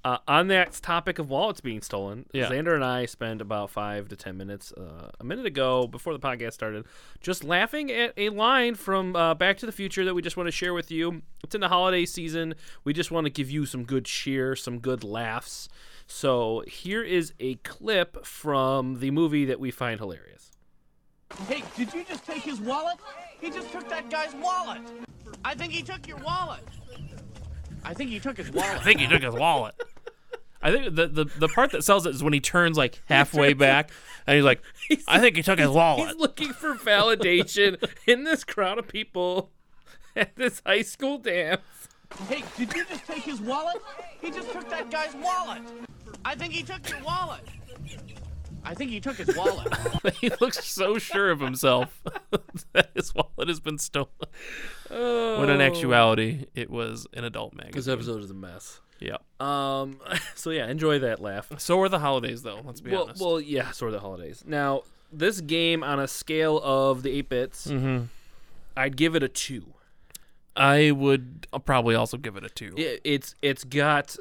[SPEAKER 1] uh, on that topic of wallets being stolen.
[SPEAKER 2] Yeah.
[SPEAKER 1] Xander and I spent about five to ten minutes uh, a minute ago before the podcast started, just laughing at a line from uh, Back to the Future that we just want to share with you. It's in the holiday season. We just want to give you some good cheer, some good laughs. So here is a clip from the movie that we find hilarious.
[SPEAKER 3] Hey, did you just take his wallet? He just took that guy's wallet. I think he took your wallet. I think he took his
[SPEAKER 2] I
[SPEAKER 3] wallet.
[SPEAKER 2] think he took his wallet. I think the, the the part that sells it is when he turns like halfway back, and he's like, "I think he took his
[SPEAKER 1] He's
[SPEAKER 2] wallet."
[SPEAKER 1] looking for validation in this crowd of people at this high school dance.
[SPEAKER 3] hey, did you just take his wallet? He just took that guy's wallet. I think he took your wallet. I think he took his wallet.
[SPEAKER 2] he looks so sure of himself that his wallet has been stolen. When in actuality, it was an adult
[SPEAKER 1] This
[SPEAKER 2] magazine.
[SPEAKER 1] episode Oh. is a mess.
[SPEAKER 2] Yeah.
[SPEAKER 1] Um, so yeah, enjoy that laugh.
[SPEAKER 2] So are the holidays, though. Let's be
[SPEAKER 1] Well,
[SPEAKER 2] honest.
[SPEAKER 1] well, yeah, sort of the holidays. Now, this game on a scale of the eight bits, I'd give it a two.
[SPEAKER 2] I would I'll probably also give it a two.
[SPEAKER 1] It, it's it's got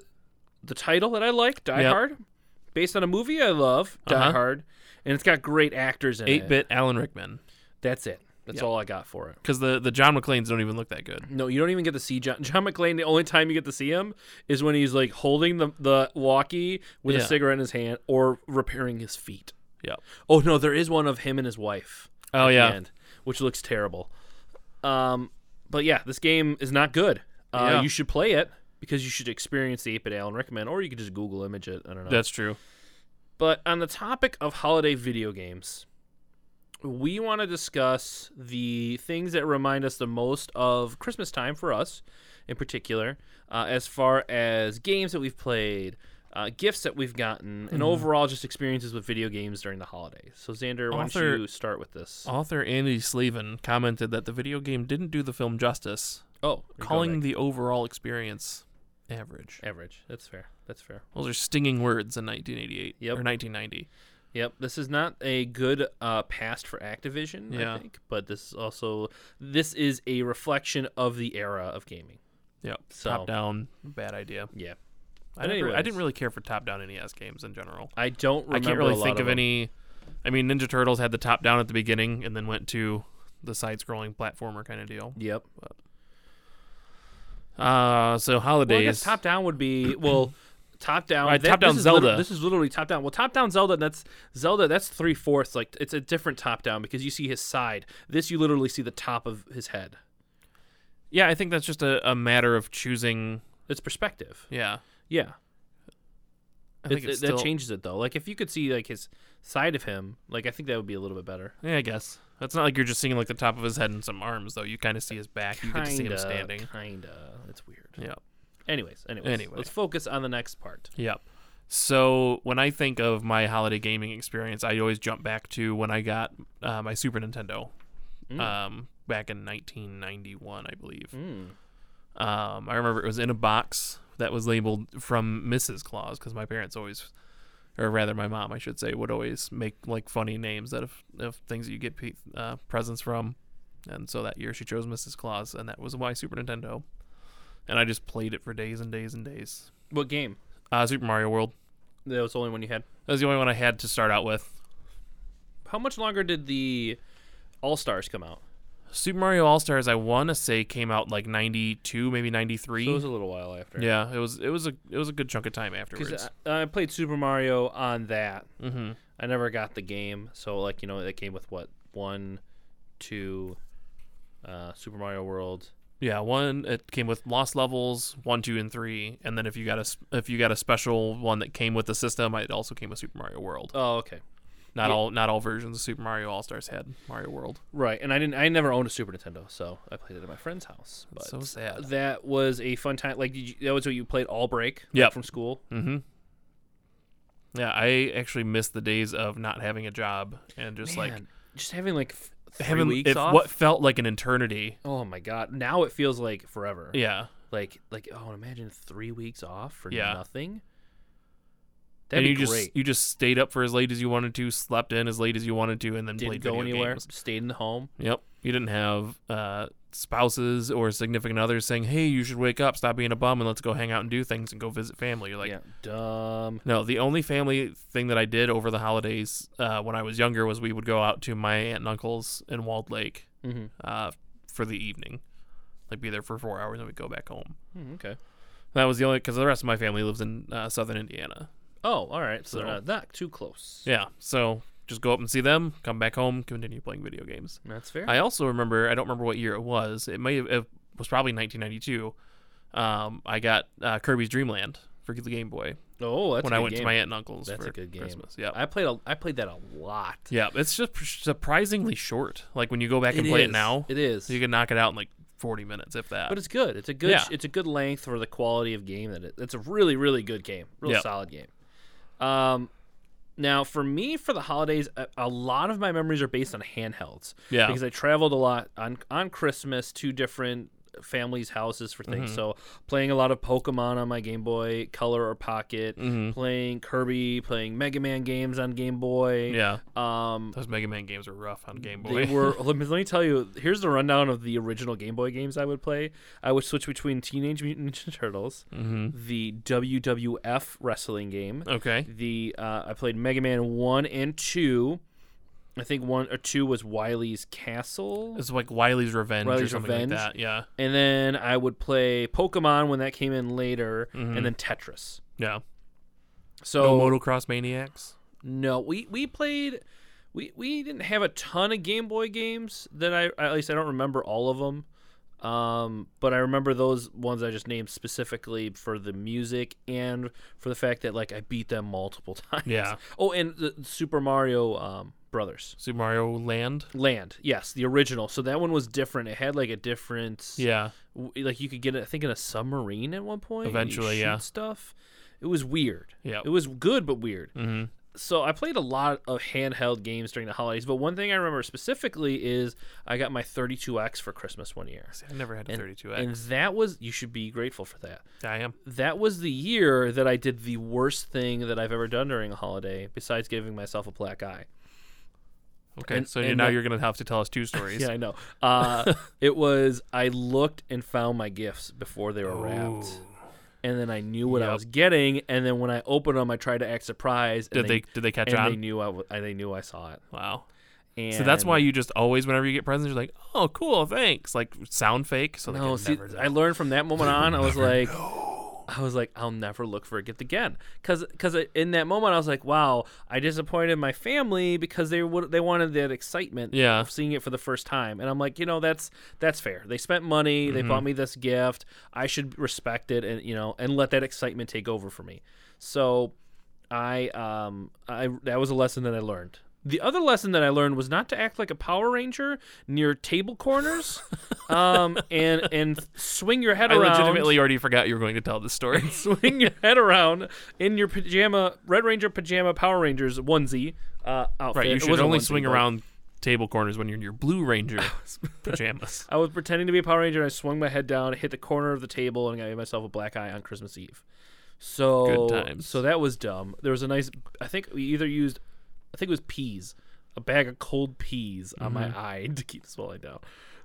[SPEAKER 1] the title that I like, Die
[SPEAKER 2] Yep.
[SPEAKER 1] Hard, based on a movie I love, Die
[SPEAKER 2] Uh-huh.
[SPEAKER 1] Hard, and it's got great actors in it.
[SPEAKER 2] Eight bit Alan Rickman,
[SPEAKER 1] That's it. That's
[SPEAKER 2] Yep.
[SPEAKER 1] all I got for it.
[SPEAKER 2] because the the John McClanes don't even look that good.
[SPEAKER 1] No, you don't even get to see John. John McClane. The only time you get to see him is when he's like holding the the walkie with a
[SPEAKER 2] Yeah.
[SPEAKER 1] cigarette in his hand or repairing his feet.
[SPEAKER 2] Yeah.
[SPEAKER 1] Oh no, there is one of him and his wife.
[SPEAKER 2] Oh
[SPEAKER 1] at the
[SPEAKER 2] yeah.
[SPEAKER 1] end, which looks terrible. Um, but yeah, this game is not good. Uh,
[SPEAKER 2] Yeah.
[SPEAKER 1] You should play it because you should experience the 8-bit Alan Rickman, or you could just Google image it. I don't know.
[SPEAKER 2] That's true.
[SPEAKER 1] But on the topic of holiday video games, we want to discuss the things that remind us the most of Christmas time for us, in particular, uh, as far as games that we've played, uh, gifts that we've gotten,
[SPEAKER 2] Mm-hmm.
[SPEAKER 1] and overall just experiences with video games during the holidays. So, Xander, why
[SPEAKER 2] Author-
[SPEAKER 1] don't you start with this?
[SPEAKER 2] Author Andy Slavin commented that the video game didn't do the film justice,
[SPEAKER 1] Oh,
[SPEAKER 2] calling the overall experience average.
[SPEAKER 1] average. That's fair. That's fair.
[SPEAKER 2] Those are stinging words in 1988
[SPEAKER 1] Yep.
[SPEAKER 2] or 1990.
[SPEAKER 1] Yep, this is not a good uh, past for Activision, I
[SPEAKER 2] Yeah.
[SPEAKER 1] think, but this is also this is a reflection of the era of gaming.
[SPEAKER 2] Yeah,
[SPEAKER 1] So-
[SPEAKER 2] top down, bad idea.
[SPEAKER 1] Yeah,
[SPEAKER 2] I, never, I
[SPEAKER 1] anyways.
[SPEAKER 2] didn't really care for top down NES games in general.
[SPEAKER 1] I don't. Remember
[SPEAKER 2] I can't
[SPEAKER 1] a
[SPEAKER 2] really
[SPEAKER 1] lot
[SPEAKER 2] think of,
[SPEAKER 1] them.
[SPEAKER 2] any. I mean, Ninja Turtles had the top down at the beginning and then went to the side scrolling platformer kind of deal.
[SPEAKER 1] Yep.
[SPEAKER 2] Uh, so
[SPEAKER 1] Well, I guess
[SPEAKER 2] holidays.
[SPEAKER 1] top down would be well, top down.
[SPEAKER 2] Right,
[SPEAKER 1] that-
[SPEAKER 2] top down
[SPEAKER 1] this is lit-
[SPEAKER 2] Zelda.
[SPEAKER 1] this is literally top down. Well, top down Zelda. That's Zelda. That's three fourths. Like it's a different top down because you see his side. This you literally see the top of his head.
[SPEAKER 2] yeah, I think that's just a, a matter of choosing.
[SPEAKER 1] It's perspective.
[SPEAKER 2] Yeah,
[SPEAKER 1] Yeah,
[SPEAKER 2] I
[SPEAKER 1] It-
[SPEAKER 2] think it's
[SPEAKER 1] it- that
[SPEAKER 2] still-
[SPEAKER 1] changes it though. Like if you could see like his side of him, like I think that would be a little bit better.
[SPEAKER 2] Yeah, I guess that's not like you're just seeing like the top of his head and some arms though. You kind of see his back. You get to see him
[SPEAKER 1] Kinda,
[SPEAKER 2] standing.
[SPEAKER 1] Kinda. It's weird.
[SPEAKER 2] Yeah.
[SPEAKER 1] Anyways, anyways,
[SPEAKER 2] Anyway.
[SPEAKER 1] let's focus on the next part.
[SPEAKER 2] Yep. So when I think of my holiday gaming experience, I always jump back to when I got uh, my Super Nintendo, um, back in 1991, I believe. Um, I remember it was in a box that was labeled from Mrs. Claus because my parents always, or rather my mom, I should say, would always make like funny names that of, of things that you get pe- uh, presents from. And so that year she chose Mrs. Claus, and that was my Super Nintendo. And I just played it for days and days and days.
[SPEAKER 1] What game?
[SPEAKER 2] Uh, Super Mario World.
[SPEAKER 1] That was the only one you had.
[SPEAKER 2] That was the only one I had to start out with.
[SPEAKER 1] How much longer did the All Stars come out?
[SPEAKER 2] Super Mario All Stars, I want to say, came out like '92, maybe '93.
[SPEAKER 1] So it was a little while after. uh,
[SPEAKER 2] yeah, it was it was a it was a good chunk of time afterwards.
[SPEAKER 1] Because I, I played Super Mario on that. Mm-hmm. I never got the game, so like you know, it came with what one, two, uh, Super Mario World.
[SPEAKER 2] Yeah, one it came with lost levels one, two, and three, and then if you got a s- if you got a special one that came with the system, it also came with Super Mario World.
[SPEAKER 1] Oh, okay,
[SPEAKER 2] Not all not all versions of Super Mario All Stars had Mario World.
[SPEAKER 1] right. And I didn't. I never owned a Super Nintendo, so I played it at my friend's house. But
[SPEAKER 2] so sad.
[SPEAKER 1] That was a fun time. Like did you, that was what you played all break. like,
[SPEAKER 2] Yep. Mm-hmm.
[SPEAKER 1] from school.
[SPEAKER 2] Yeah, I actually missed the days of not having a job and just
[SPEAKER 1] Man, just having like f- three
[SPEAKER 2] like having
[SPEAKER 1] weeks
[SPEAKER 2] if
[SPEAKER 1] off.
[SPEAKER 2] what felt like an eternity.
[SPEAKER 1] Oh my god! Now it feels like forever.
[SPEAKER 2] Yeah,
[SPEAKER 1] Like like oh, imagine three weeks off for
[SPEAKER 2] Yeah.
[SPEAKER 1] nothing.
[SPEAKER 2] and
[SPEAKER 1] That'd
[SPEAKER 2] you
[SPEAKER 1] be
[SPEAKER 2] just
[SPEAKER 1] great.
[SPEAKER 2] you just stayed up for as late as you wanted to, slept in as late as you wanted to, and then
[SPEAKER 1] Didn't
[SPEAKER 2] played
[SPEAKER 1] go
[SPEAKER 2] video
[SPEAKER 1] anywhere.
[SPEAKER 2] games.
[SPEAKER 1] Stayed in the home.
[SPEAKER 2] Yep, you didn't have uh, spouses or significant others saying, "Hey, you should wake up, stop being a bum, and let's go hang out and do things and go visit family." You're like,
[SPEAKER 1] yeah. Dumb.
[SPEAKER 2] No, the only family thing that I did over the holidays uh, when I was younger was we would go out to my aunt and uncle's in Walled Lake
[SPEAKER 1] Mm-hmm.
[SPEAKER 2] uh, for the evening, like be there for four hours and we'd go back home.
[SPEAKER 1] Hmm, okay.
[SPEAKER 2] That was the only because the rest of my family lives in uh, southern Indiana.
[SPEAKER 1] Oh, all right. So,
[SPEAKER 2] So-
[SPEAKER 1] they're not that too close.
[SPEAKER 2] Yeah, so just go up and see them, come back home, continue playing video games.
[SPEAKER 1] That's fair.
[SPEAKER 2] I also remember I don't remember what year it was. It may have, it was probably 1992. Um, I got uh, Kirby's Dream Land for the Game Boy
[SPEAKER 1] oh, that's
[SPEAKER 2] when
[SPEAKER 1] a
[SPEAKER 2] I
[SPEAKER 1] good
[SPEAKER 2] went to
[SPEAKER 1] game.
[SPEAKER 2] my aunt and uncle's
[SPEAKER 1] That's
[SPEAKER 2] for
[SPEAKER 1] a good game.
[SPEAKER 2] Christmas. Yeah,
[SPEAKER 1] I played. A, I played that a lot.
[SPEAKER 2] Yeah, it's just pr- surprisingly short. Like when you go back and
[SPEAKER 1] It
[SPEAKER 2] play
[SPEAKER 1] is.
[SPEAKER 2] it now,
[SPEAKER 1] It is.
[SPEAKER 2] you can knock it out in like 40 minutes, if that.
[SPEAKER 1] but it's good. It's a good.
[SPEAKER 2] Yeah.
[SPEAKER 1] It's a good length for the quality of game that it, it's a really, really good game. Real
[SPEAKER 2] Yep.
[SPEAKER 1] solid game. Um, now for me, for the holidays, a, a lot of my memories are based on handhelds.
[SPEAKER 2] Yeah.
[SPEAKER 1] Because I traveled a lot on on Christmas to different families' houses for
[SPEAKER 2] Mm-hmm.
[SPEAKER 1] things. So playing a lot of Pokemon on my Game Boy Color or Pocket,
[SPEAKER 2] Mm-hmm.
[SPEAKER 1] playing Kirby, playing Mega Man games on Game Boy.
[SPEAKER 2] yeah,
[SPEAKER 1] Um,
[SPEAKER 2] those Mega Man games are rough on Game Boy.
[SPEAKER 1] they were. Let me, let me tell you. Here's the rundown of the original Game Boy games I would play. I would switch between Teenage Mutant Ninja Turtles, the WWF wrestling game.
[SPEAKER 2] okay.
[SPEAKER 1] The uh, I played Mega Man one and two. I think one or two was Wily's Castle.
[SPEAKER 2] It's like Wily's Revenge or
[SPEAKER 1] Wily's
[SPEAKER 2] something
[SPEAKER 1] Revenge.
[SPEAKER 2] like that. Yeah,
[SPEAKER 1] And then I would play Pokemon when that came in later, and then Tetris.
[SPEAKER 2] yeah.
[SPEAKER 1] So
[SPEAKER 2] No Motocross Maniacs.
[SPEAKER 1] No, we we played. We we didn't have a ton of Game Boy games that I at least I don't remember all of them. Um, but I remember those ones I just named specifically for the music and for the fact that like I beat them multiple times.
[SPEAKER 2] Yeah.
[SPEAKER 1] Oh, and the the Super Mario um, Brothers
[SPEAKER 2] Super Mario Land.
[SPEAKER 1] Land. Yes, the original. So that one was different. It had like a different.
[SPEAKER 2] Yeah,
[SPEAKER 1] w- Like you could get, it, I think, in a submarine at one point. and you
[SPEAKER 2] Eventually,
[SPEAKER 1] shoot
[SPEAKER 2] yeah.
[SPEAKER 1] Stuff. It was weird.
[SPEAKER 2] Yeah. Mm-hmm.
[SPEAKER 1] It was good but weird so I played a lot of handheld games during the holidays, but one thing I remember specifically is I got my 32X for Christmas one year.
[SPEAKER 2] I never had a 32X.
[SPEAKER 1] And that was you should be grateful for that.
[SPEAKER 2] I am.
[SPEAKER 1] That was the year that I did the worst thing that I've ever done during a holiday besides giving myself a black eye.
[SPEAKER 2] Okay,
[SPEAKER 1] And-
[SPEAKER 2] so
[SPEAKER 1] and
[SPEAKER 2] now
[SPEAKER 1] the-
[SPEAKER 2] you're gonna have to tell us two stories.
[SPEAKER 1] Yeah, I know. Uh, it was I looked and found my gifts before they were wrapped. And then I knew what I
[SPEAKER 2] Oh. Yep.
[SPEAKER 1] was getting, and then when I opened them, I tried to act surprised. And
[SPEAKER 2] Did they- did they catch
[SPEAKER 1] and
[SPEAKER 2] on?
[SPEAKER 1] They knew I. w- and They knew I saw it.
[SPEAKER 2] Wow.
[SPEAKER 1] And
[SPEAKER 2] So that's why you just always, whenever you get presents, you're like, "Oh, cool, thanks." Like sound fake, so they
[SPEAKER 1] No,
[SPEAKER 2] can
[SPEAKER 1] see,
[SPEAKER 2] never
[SPEAKER 1] I
[SPEAKER 2] know.
[SPEAKER 1] learned from that moment on. I was like, I was like, I'll never look for a gift again, because in that moment I was like, wow, I disappointed my family because they would they wanted that excitement,
[SPEAKER 2] Yeah.
[SPEAKER 1] of seeing it for the first time, and I'm like, you know, that's that's fair. They spent money, they
[SPEAKER 2] Mm-hmm.
[SPEAKER 1] bought me this gift, I should respect it, and you know, and let that excitement take over for me. So I um I that was a lesson that I learned. The other lesson that I learned was not to act like a Power Ranger near table corners, um, and and swing your head
[SPEAKER 2] I
[SPEAKER 1] around.
[SPEAKER 2] legitimately already forgot you were going to tell this story.
[SPEAKER 1] swing your head around in your pajama Red Ranger pajama Power Rangers onesie uh, outfit.
[SPEAKER 2] Right, you
[SPEAKER 1] It
[SPEAKER 2] should
[SPEAKER 1] wasn't
[SPEAKER 2] only
[SPEAKER 1] onesie,
[SPEAKER 2] swing
[SPEAKER 1] but
[SPEAKER 2] around table corners when you're in your Blue Ranger pajamas.
[SPEAKER 1] I was pretending to be a Power Ranger. and I swung my head down, hit the corner of the table, and I gave myself a black eye on Christmas Eve. So
[SPEAKER 2] Good times.
[SPEAKER 1] so that was dumb. There was a nice. I think we either used, I think it was peas, a bag of cold peas on my eye to keep the swelling down.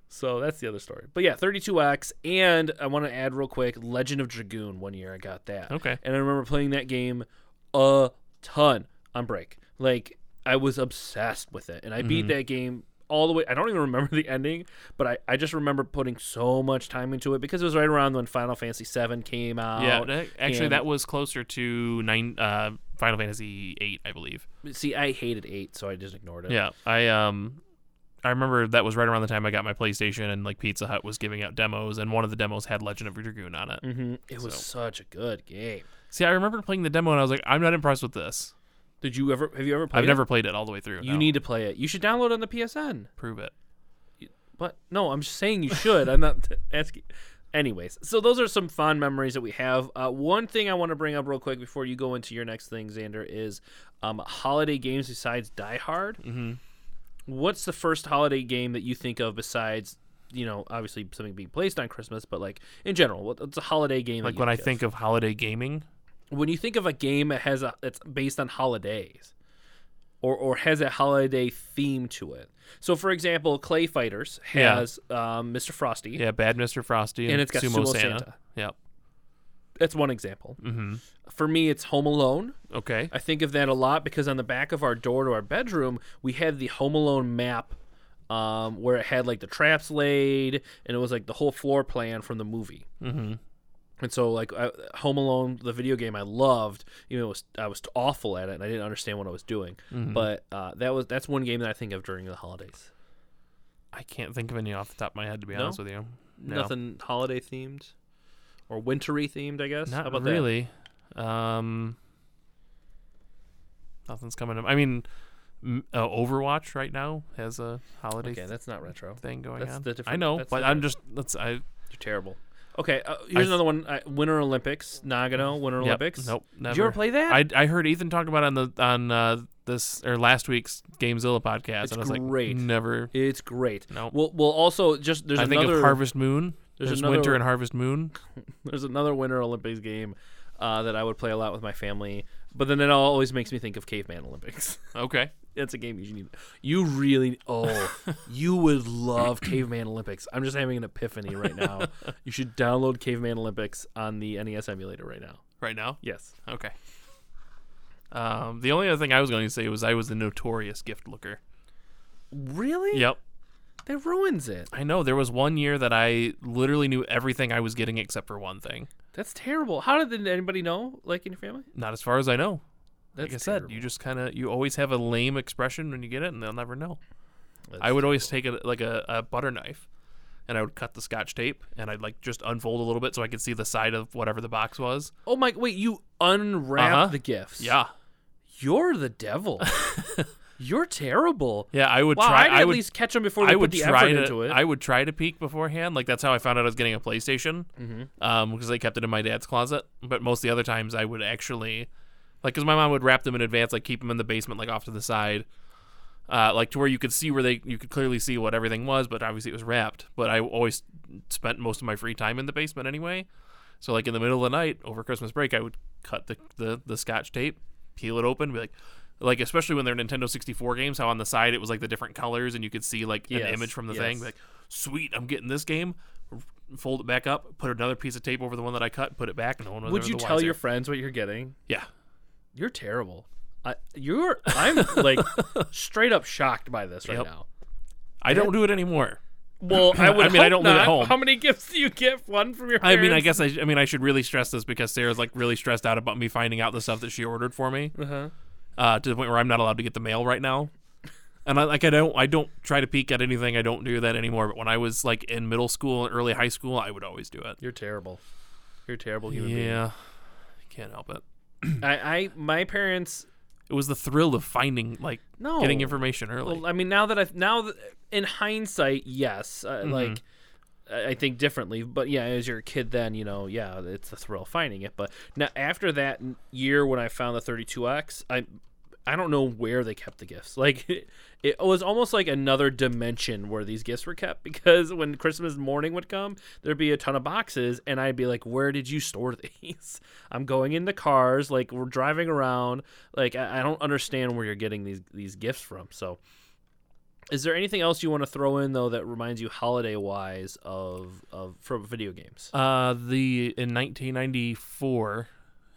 [SPEAKER 1] So that's the other story. But yeah, 32X, and I want to add real quick, Legend of Dragoon. One year I got that.
[SPEAKER 2] Okay.
[SPEAKER 1] And I remember playing that game a ton on break. Like I was obsessed with it, and I beat that game all the way. I don't even remember the ending, but I, I just remember putting so much time into it because it was right around when Final Fantasy VII came out.
[SPEAKER 2] Yeah, that- actually,
[SPEAKER 1] and-
[SPEAKER 2] that was closer to nine, uh, Final Fantasy VIII, I believe.
[SPEAKER 1] See, I hated eight, so I just ignored it.
[SPEAKER 2] Yeah, I um, I remember that was right around the time I got my PlayStation, and like Pizza Hut was giving out demos, and one of the demos had Legend of Dragoon on it.
[SPEAKER 1] Mhm. it was such a good game.
[SPEAKER 2] See, I remember playing the demo, and I was like, I'm not impressed with this.
[SPEAKER 1] Did you ever? Have you ever played?
[SPEAKER 2] I've
[SPEAKER 1] it?
[SPEAKER 2] never played it all the way through.
[SPEAKER 1] You
[SPEAKER 2] no.
[SPEAKER 1] need to play it. You should download it on the PSN.
[SPEAKER 2] prove it.
[SPEAKER 1] But no, I'm just saying you should. I'm not asking. Anyways, so those are some fond memories that we have. Uh, one thing I want to bring up real quick before you go into your next thing, Xander, is um, holiday games besides Die Hard. Mm-hmm. What's the first holiday game that you think of besides, you know, obviously something being placed on Christmas, but like in general, what- what's a holiday game? that
[SPEAKER 2] Like
[SPEAKER 1] you
[SPEAKER 2] when I think of holiday gaming,
[SPEAKER 1] of? when you think of a game that has a that's based on holidays, or or has a holiday theme to it. So, for example, Clay Fighters
[SPEAKER 2] Yeah.
[SPEAKER 1] has um, Mr. Frosty.
[SPEAKER 2] yeah, Bad Mr. Frosty and,
[SPEAKER 1] And it's got
[SPEAKER 2] Sumo,
[SPEAKER 1] Sumo
[SPEAKER 2] Santa.
[SPEAKER 1] Santa.
[SPEAKER 2] Yep.
[SPEAKER 1] That's one example. Mm-hmm. For me, it's Home Alone.
[SPEAKER 2] Okay.
[SPEAKER 1] I think of that a lot because on the back of our door to our bedroom, we had the Home Alone map um, where it had like the traps laid and it was like the whole floor plan from the movie. Mm-hmm. And so, like I, Home Alone, the video game, I loved. Even though it was, I was awful at it, and I didn't understand what I was doing.
[SPEAKER 2] Mm-hmm.
[SPEAKER 1] But uh, that was that's one game that I think of during the holidays.
[SPEAKER 2] I can't think of any off the top of my head, to be
[SPEAKER 1] No?
[SPEAKER 2] honest with you. No.
[SPEAKER 1] Nothing holiday themed or wintry themed, I guess.
[SPEAKER 2] Not
[SPEAKER 1] How about that?
[SPEAKER 2] really. Um, nothing's coming up. I mean, m- uh, Overwatch right now has a holiday
[SPEAKER 1] Okay,
[SPEAKER 2] th-
[SPEAKER 1] that's not retro.
[SPEAKER 2] thing going
[SPEAKER 1] that's
[SPEAKER 2] on.
[SPEAKER 1] the
[SPEAKER 2] I
[SPEAKER 1] different-
[SPEAKER 2] know,
[SPEAKER 1] that's
[SPEAKER 2] but
[SPEAKER 1] the
[SPEAKER 2] I'm just let's. I
[SPEAKER 1] You're terrible. Okay, uh, here's
[SPEAKER 2] I-
[SPEAKER 1] another one. Uh, Winter Olympics, Nagano, Winter
[SPEAKER 2] yep,
[SPEAKER 1] Olympics.
[SPEAKER 2] Nope. Never.
[SPEAKER 1] Did you ever play that?
[SPEAKER 2] I I heard Ethan talk about it on the on uh, this or last week's Gamezilla podcast,
[SPEAKER 1] It's
[SPEAKER 2] and I was
[SPEAKER 1] great.
[SPEAKER 2] like, never.
[SPEAKER 1] it's great.
[SPEAKER 2] Nope.
[SPEAKER 1] We'll, we'll also just there's
[SPEAKER 2] I think
[SPEAKER 1] another
[SPEAKER 2] of Harvest Moon.
[SPEAKER 1] there's
[SPEAKER 2] There's,
[SPEAKER 1] another-
[SPEAKER 2] Winter and Harvest Moon.
[SPEAKER 1] there's another Winter Olympics game uh, that I would play a lot with my family. But then it always makes me think of Caveman Olympics.
[SPEAKER 2] Okay.
[SPEAKER 1] That's a game you should need. You really oh, you would love Caveman Olympics. I'm just having an epiphany right now. you should download Caveman Olympics on the NES emulator right now.
[SPEAKER 2] Right now.
[SPEAKER 1] Yes.
[SPEAKER 2] Okay. Um, the only other thing I was going to say was I was the notorious gift looker.
[SPEAKER 1] Really?
[SPEAKER 2] Yep.
[SPEAKER 1] That ruins it.
[SPEAKER 2] I know there was one year that I literally knew everything I was getting except for one thing.
[SPEAKER 1] That's terrible. How did anybody know? Like in your family?
[SPEAKER 2] Not as far as I know.
[SPEAKER 1] That's
[SPEAKER 2] Like I said, you just kind of you always have a lame expression when you get it, and they'll never know. I would always take a, like a, a butter knife, and I would cut the scotch tape, and I'd like just unfold a little bit so I could see the side of whatever the box was.
[SPEAKER 1] Oh my! Wait, you unwrap
[SPEAKER 2] Uh-huh.
[SPEAKER 1] the gifts?
[SPEAKER 2] Yeah,
[SPEAKER 1] You're the devil. You're terrible.
[SPEAKER 2] yeah. I would
[SPEAKER 1] Wow,
[SPEAKER 2] try.
[SPEAKER 1] I'd
[SPEAKER 2] I
[SPEAKER 1] at
[SPEAKER 2] would.
[SPEAKER 1] least catch them before they
[SPEAKER 2] I
[SPEAKER 1] put
[SPEAKER 2] would
[SPEAKER 1] the
[SPEAKER 2] try
[SPEAKER 1] effort
[SPEAKER 2] to.
[SPEAKER 1] into it.
[SPEAKER 2] I would try to peek beforehand. Like that's how I found out I was getting a PlayStation,
[SPEAKER 1] Mm-hmm.
[SPEAKER 2] because I kept it in my dad's closet. But most of the other times, I would actually, like, because my mom would wrap them in advance, like keep them in the basement, like off to the side, uh, like to where you could see where they, you could clearly see what everything was, but obviously it was wrapped. But I always spent most of my free time in the basement anyway. So like in the middle of the night over Christmas break, I would cut the the, the scotch tape, peel it open, be like. Like especially when they're Nintendo 64 games, how on the side it was like the different colors and you could see like an
[SPEAKER 1] Yes,
[SPEAKER 2] image from the
[SPEAKER 1] yes.
[SPEAKER 2] thing. Be Like, sweet, I'm getting this game. R- Fold it back up, put another piece of tape over the one that I cut, put it back, and no one was
[SPEAKER 1] would
[SPEAKER 2] ever
[SPEAKER 1] you
[SPEAKER 2] the
[SPEAKER 1] tell
[SPEAKER 2] wiser.
[SPEAKER 1] your friends what you're getting?
[SPEAKER 2] yeah.
[SPEAKER 1] You're terrible. I, you're. I'm like straight up shocked by this right
[SPEAKER 2] Yep.
[SPEAKER 1] now.
[SPEAKER 2] I don't do it anymore.
[SPEAKER 1] Well, I would.
[SPEAKER 2] I mean, I
[SPEAKER 1] hope
[SPEAKER 2] don't live at
[SPEAKER 1] not.
[SPEAKER 2] home.
[SPEAKER 1] How many gifts do you get? One from your.
[SPEAKER 2] I mean, I
[SPEAKER 1] parents?
[SPEAKER 2] guess I, sh- I mean I should really stress this because Sarah's like really stressed out about me finding out the stuff that she ordered for me
[SPEAKER 1] Uh-huh.
[SPEAKER 2] uh, to the point where I'm not allowed to get the mail right now. And I like I don't I don't try to peek at anything. I don't do that anymore. But when I was like in middle school and early high school, I would always do it.
[SPEAKER 1] You're terrible. You're a terrible human being.
[SPEAKER 2] Yeah, can't help it.
[SPEAKER 1] I, I. My parents.
[SPEAKER 2] It was the thrill of finding like
[SPEAKER 1] No.
[SPEAKER 2] getting information early.
[SPEAKER 1] Well, I mean, now that I've now th- in hindsight, yes, uh, like I I think differently. But yeah, as you're a kid, then you know, yeah, it's the thrill of finding it. But now after that n- year when I found the 32x, I I don't know where they kept the gifts. Like it, was almost like another dimension where these gifts were kept because when Christmas morning would come, there'd be a ton of boxes, and I'd be like, "Where did you store these? I'm going in the cars. Like we're driving around. Like I, I don't understand where you're getting these these gifts from." So. Is there anything else you want to throw in though that reminds you holiday wise of of from video games?
[SPEAKER 2] Uh, the in 1994,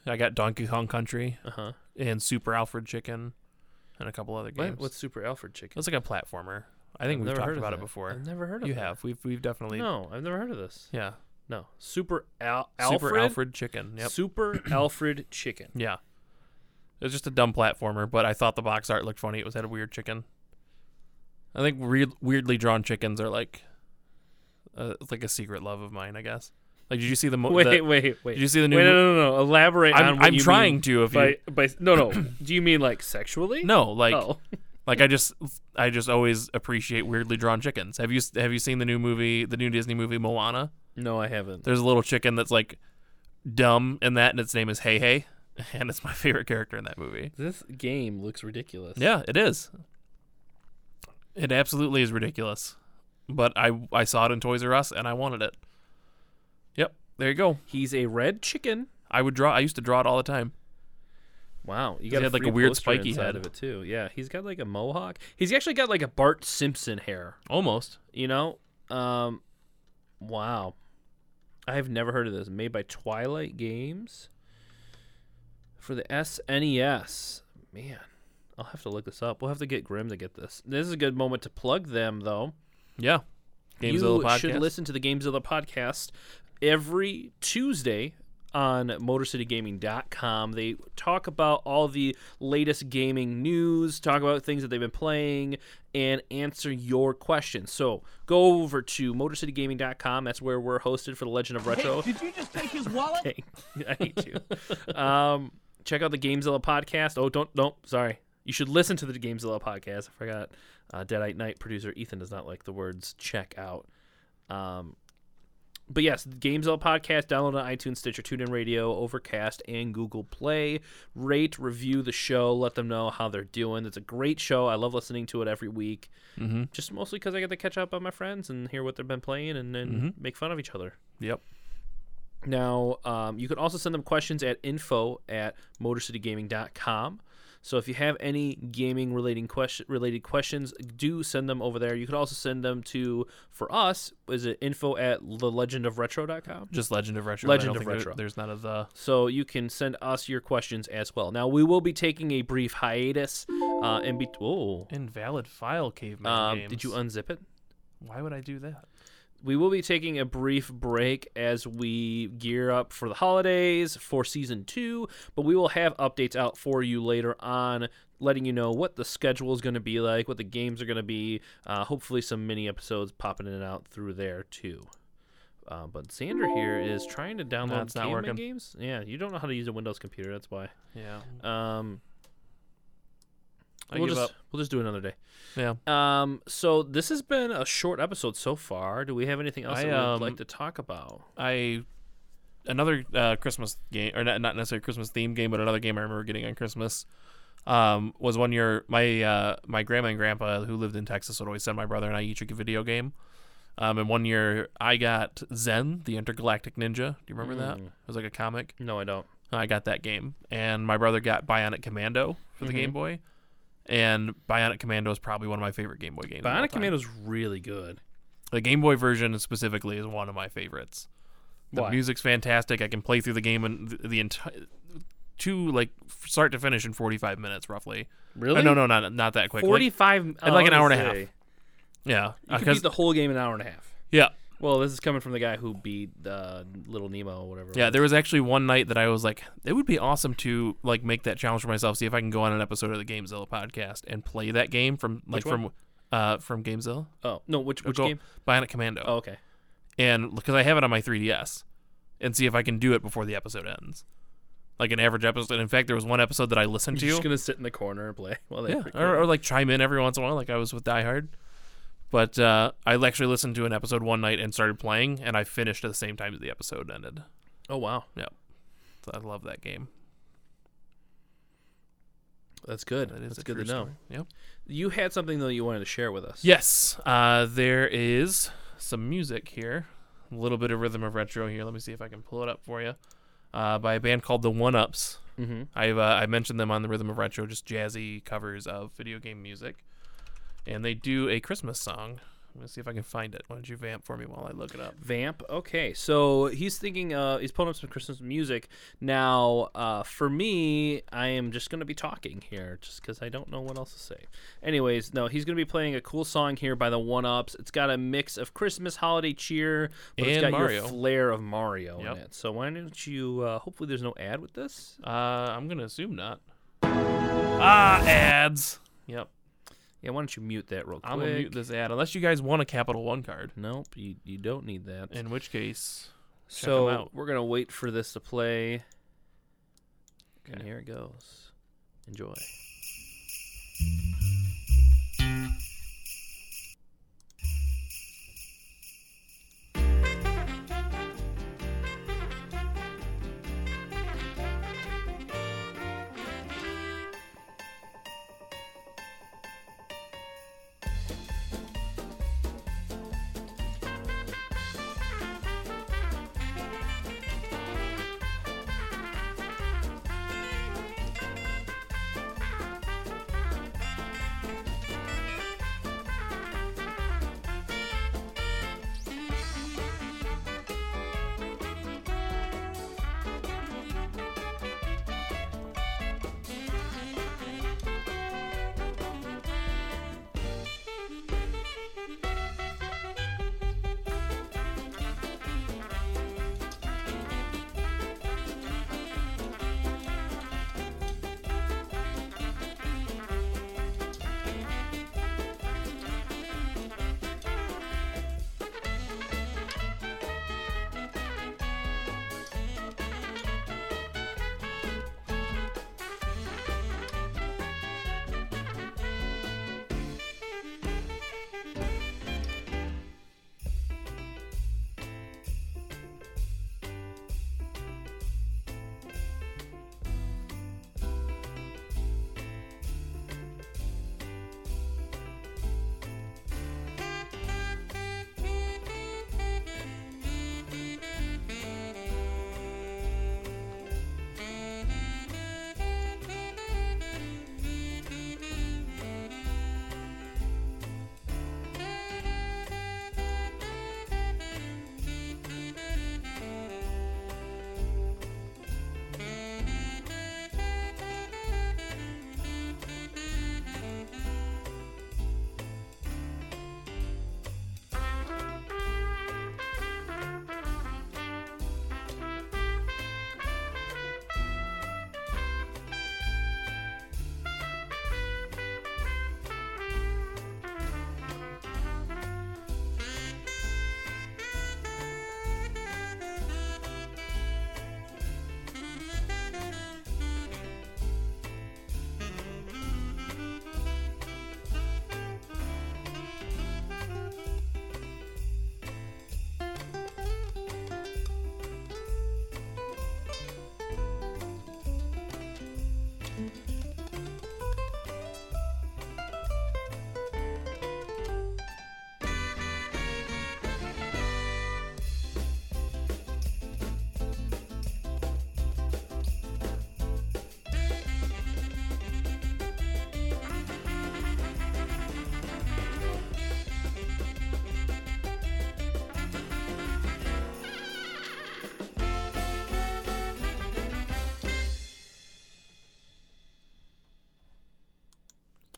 [SPEAKER 2] I got Donkey Kong Country
[SPEAKER 1] Uh-huh.
[SPEAKER 2] and Super Alfred Chicken, and a couple other games.
[SPEAKER 1] What, what's Super Alfred Chicken?
[SPEAKER 2] it's like a platformer. I think
[SPEAKER 1] I've
[SPEAKER 2] we've
[SPEAKER 1] never
[SPEAKER 2] talked
[SPEAKER 1] heard of
[SPEAKER 2] about it
[SPEAKER 1] that.
[SPEAKER 2] before.
[SPEAKER 1] I've never heard of
[SPEAKER 2] you
[SPEAKER 1] that.
[SPEAKER 2] have. We've we've definitely
[SPEAKER 1] No, I've never heard of this.
[SPEAKER 2] yeah.
[SPEAKER 1] No, Super Al- Alfred.
[SPEAKER 2] Super Alfred Chicken. Yep.
[SPEAKER 1] Super Alfred Chicken.
[SPEAKER 2] yeah. It was just a dumb platformer, but I thought the box art looked funny. It was had a weird chicken. I think weird, weirdly drawn chickens are like, uh, it's like a secret love of mine, I guess. Like, did you see the mo-
[SPEAKER 1] Wait,
[SPEAKER 2] the-
[SPEAKER 1] wait, wait.
[SPEAKER 2] did you see the new
[SPEAKER 1] Wait,
[SPEAKER 2] mo-
[SPEAKER 1] no, no, no. Elaborate
[SPEAKER 2] I'm-
[SPEAKER 1] on what
[SPEAKER 2] I'm
[SPEAKER 1] you
[SPEAKER 2] trying
[SPEAKER 1] mean
[SPEAKER 2] to if
[SPEAKER 1] by,
[SPEAKER 2] you-
[SPEAKER 1] by no, no. Do you mean like sexually?
[SPEAKER 2] No, like,
[SPEAKER 1] Oh.
[SPEAKER 2] like I just, I just always appreciate weirdly drawn chickens. Have you have you seen the new movie, the new Disney movie Moana?
[SPEAKER 1] No, I haven't.
[SPEAKER 2] There's a little chicken that's like dumb in that, and its name is Hey Hey, and it's my favorite character in that movie.
[SPEAKER 1] This game looks ridiculous.
[SPEAKER 2] Yeah, it is. It absolutely is ridiculous. But I I saw it in Toys R Us and I wanted it. Yep, there you go.
[SPEAKER 1] He's a red chicken.
[SPEAKER 2] I would draw. I used to draw it all the time.
[SPEAKER 1] Wow, you
[SPEAKER 2] he
[SPEAKER 1] got
[SPEAKER 2] had, like, a
[SPEAKER 1] free
[SPEAKER 2] weird
[SPEAKER 1] poster
[SPEAKER 2] spiky
[SPEAKER 1] inside
[SPEAKER 2] head.
[SPEAKER 1] of it too. Yeah, he's got like a mohawk. He's actually got like a Bart Simpson hair.
[SPEAKER 2] Almost.
[SPEAKER 1] You know, um, wow, I have never heard of this. Made by Twilight Games for the SNES. Man, I'll have to look this up. We'll have to get Grim to get this. This is a good moment to plug them though.
[SPEAKER 2] Yeah.
[SPEAKER 1] you
[SPEAKER 2] Gamezilla
[SPEAKER 1] should
[SPEAKER 2] podcast.
[SPEAKER 1] listen to the Gamezilla podcast every Tuesday on MotorCityGaming.com. They talk about all the latest gaming news, talk about things that they've been playing, and answer your questions. So go over to MotorCityGaming.com. That's where we're hosted for the Legend of Retro.
[SPEAKER 3] Hey, did you just take his wallet?
[SPEAKER 1] Dang, I hate you. um, check out the Gamezilla podcast. Oh, don't, don't. Sorry. You should listen to the Gamezilla podcast. I forgot. Uh, Deadite Night producer Ethan does not like the words check out. Um, but yes, the Gamezilla podcast, download on iTunes, Stitcher, TuneIn Radio, Overcast, and Google Play. Rate, review the show, let them know how they're doing. It's a great show. I love listening to it every week, mm-hmm. just mostly because I get to catch up on my friends and hear what they've been playing and then make fun of each other.
[SPEAKER 2] Yep.
[SPEAKER 1] Now, um, you can also send them questions at info at motorcitygaming.com. So if you have any gaming relating question related questions, do send them over there. You could also send them to for us is it info at the legend of retro.com.
[SPEAKER 2] Just Legend of Retro.
[SPEAKER 1] Legend
[SPEAKER 2] I don't
[SPEAKER 1] of
[SPEAKER 2] think there-
[SPEAKER 1] Retro.
[SPEAKER 2] there's none of the.
[SPEAKER 1] So you can send us your questions as well. Now we will be taking a brief hiatus uh, and be oh
[SPEAKER 2] Invalid file caveman
[SPEAKER 1] um,
[SPEAKER 2] games.
[SPEAKER 1] did you unzip it?
[SPEAKER 2] Why would I do that?
[SPEAKER 1] we will be taking a brief break as we gear up for the holidays for season two, but we will have updates out for you later on, letting you know what the schedule is going to be like, what the games are going to be. Uh, hopefully, some mini episodes popping in and out through there too. Uh, but Sander here is trying to download
[SPEAKER 2] No, it's not
[SPEAKER 1] Game Man
[SPEAKER 2] working.
[SPEAKER 1] games. Yeah, you don't know how to use a Windows computer. That's why.
[SPEAKER 2] Yeah.
[SPEAKER 1] Um,
[SPEAKER 2] I
[SPEAKER 1] we'll
[SPEAKER 2] give
[SPEAKER 1] just
[SPEAKER 2] up.
[SPEAKER 1] we'll just do another day.
[SPEAKER 2] Yeah.
[SPEAKER 1] Um, so this has been a short episode so far. Do we have anything else
[SPEAKER 2] I,
[SPEAKER 1] that we'd
[SPEAKER 2] um,
[SPEAKER 1] like to talk about?
[SPEAKER 2] I another uh, Christmas game, or not, not necessarily Christmas themed game, but another game I remember getting on Christmas um, was one year my uh, my grandma and grandpa who lived in Texas would always send my brother and I each a video game. Um, and one year I got Zen, the Intergalactic Ninja. Do you remember that? It was like a comic.
[SPEAKER 1] No, I don't.
[SPEAKER 2] I got that game, and my brother got Bionic Commando for the Game Boy. And Bionic Commando is probably one of my favorite Game Boy games. of all
[SPEAKER 1] Bionic
[SPEAKER 2] time.
[SPEAKER 1] Commando's really good.
[SPEAKER 2] The Game Boy version specifically is one of my favorites. The
[SPEAKER 1] Why?
[SPEAKER 2] music's fantastic. I can play through the game and the, the entire two like f- start to finish in 45 minutes roughly.
[SPEAKER 1] Really?
[SPEAKER 2] Oh, no, no, not not that quick. Like-
[SPEAKER 1] Forty-five. oh,
[SPEAKER 2] I'd like an hour and a half. yeah.
[SPEAKER 1] You could
[SPEAKER 2] because-
[SPEAKER 1] beat the whole game in an hour and a half.
[SPEAKER 2] yeah.
[SPEAKER 1] Well, this is coming from the guy who beat uh, Little Nemo or whatever.
[SPEAKER 2] Yeah, there was actually one night that I was like, it would be awesome to like make that challenge for myself, see if I can go on an episode of the Gamezilla podcast and play that game from like from uh from Gamezilla.
[SPEAKER 1] Oh no, which which
[SPEAKER 2] Go-
[SPEAKER 1] game?
[SPEAKER 2] Bionic Commando.
[SPEAKER 1] Oh, okay.
[SPEAKER 2] and because I have it on my 3DS, and see if I can do it before the episode ends, like an average episode. in fact, there was one episode that I listened
[SPEAKER 1] You're
[SPEAKER 2] to,
[SPEAKER 1] just gonna sit in the corner and play while they
[SPEAKER 2] yeah,
[SPEAKER 1] record.
[SPEAKER 2] or, or like chime in every once in a while, like I was with Die Hard. But uh, I actually listened to an episode one night and started playing, and I finished at the same time as the episode ended.
[SPEAKER 1] Oh wow,
[SPEAKER 2] Yep, so I love that game.
[SPEAKER 1] that's good.
[SPEAKER 2] That is
[SPEAKER 1] that's
[SPEAKER 2] a
[SPEAKER 1] good to
[SPEAKER 2] true
[SPEAKER 1] know.
[SPEAKER 2] story. Yep.
[SPEAKER 1] You had something though you wanted to share with us.
[SPEAKER 2] Yes, uh, there is some music here. A little bit of rhythm of retro here. Let me see if I can pull it up for you. Uh, by a band called the One Ups. Mm-hmm. I've uh, I mentioned them on the Rhythm of Retro, just jazzy covers of video game music, and they do a Christmas song. Let me see if I can find it. Why don't you vamp for me while I look it up?
[SPEAKER 1] Vamp. Okay, so he's thinking. Uh, he's pulling up some Christmas music now. Uh, for me, I am just gonna be talking here, just because I don't know what else to say. Anyways, no, he's gonna be playing a cool song here by the One Ups. It's got a mix of Christmas holiday cheer, but it's
[SPEAKER 2] And
[SPEAKER 1] got
[SPEAKER 2] Mario.
[SPEAKER 1] your flair of Mario
[SPEAKER 2] Yep.
[SPEAKER 1] in it. So why don't you? Uh, hopefully, there's no ad with this.
[SPEAKER 2] Uh, I'm gonna assume not.
[SPEAKER 1] All
[SPEAKER 2] Ah, ads. Yep.
[SPEAKER 1] Yeah, why don't you mute that real quick?
[SPEAKER 2] I'm going to mute this ad unless you guys want a Capital One card,
[SPEAKER 1] Nope, you, you don't need that.
[SPEAKER 2] in which case. 'em
[SPEAKER 1] so
[SPEAKER 2] out.
[SPEAKER 1] we're gonna wait for this to play. And
[SPEAKER 2] Okay.
[SPEAKER 1] here it goes. Enjoy.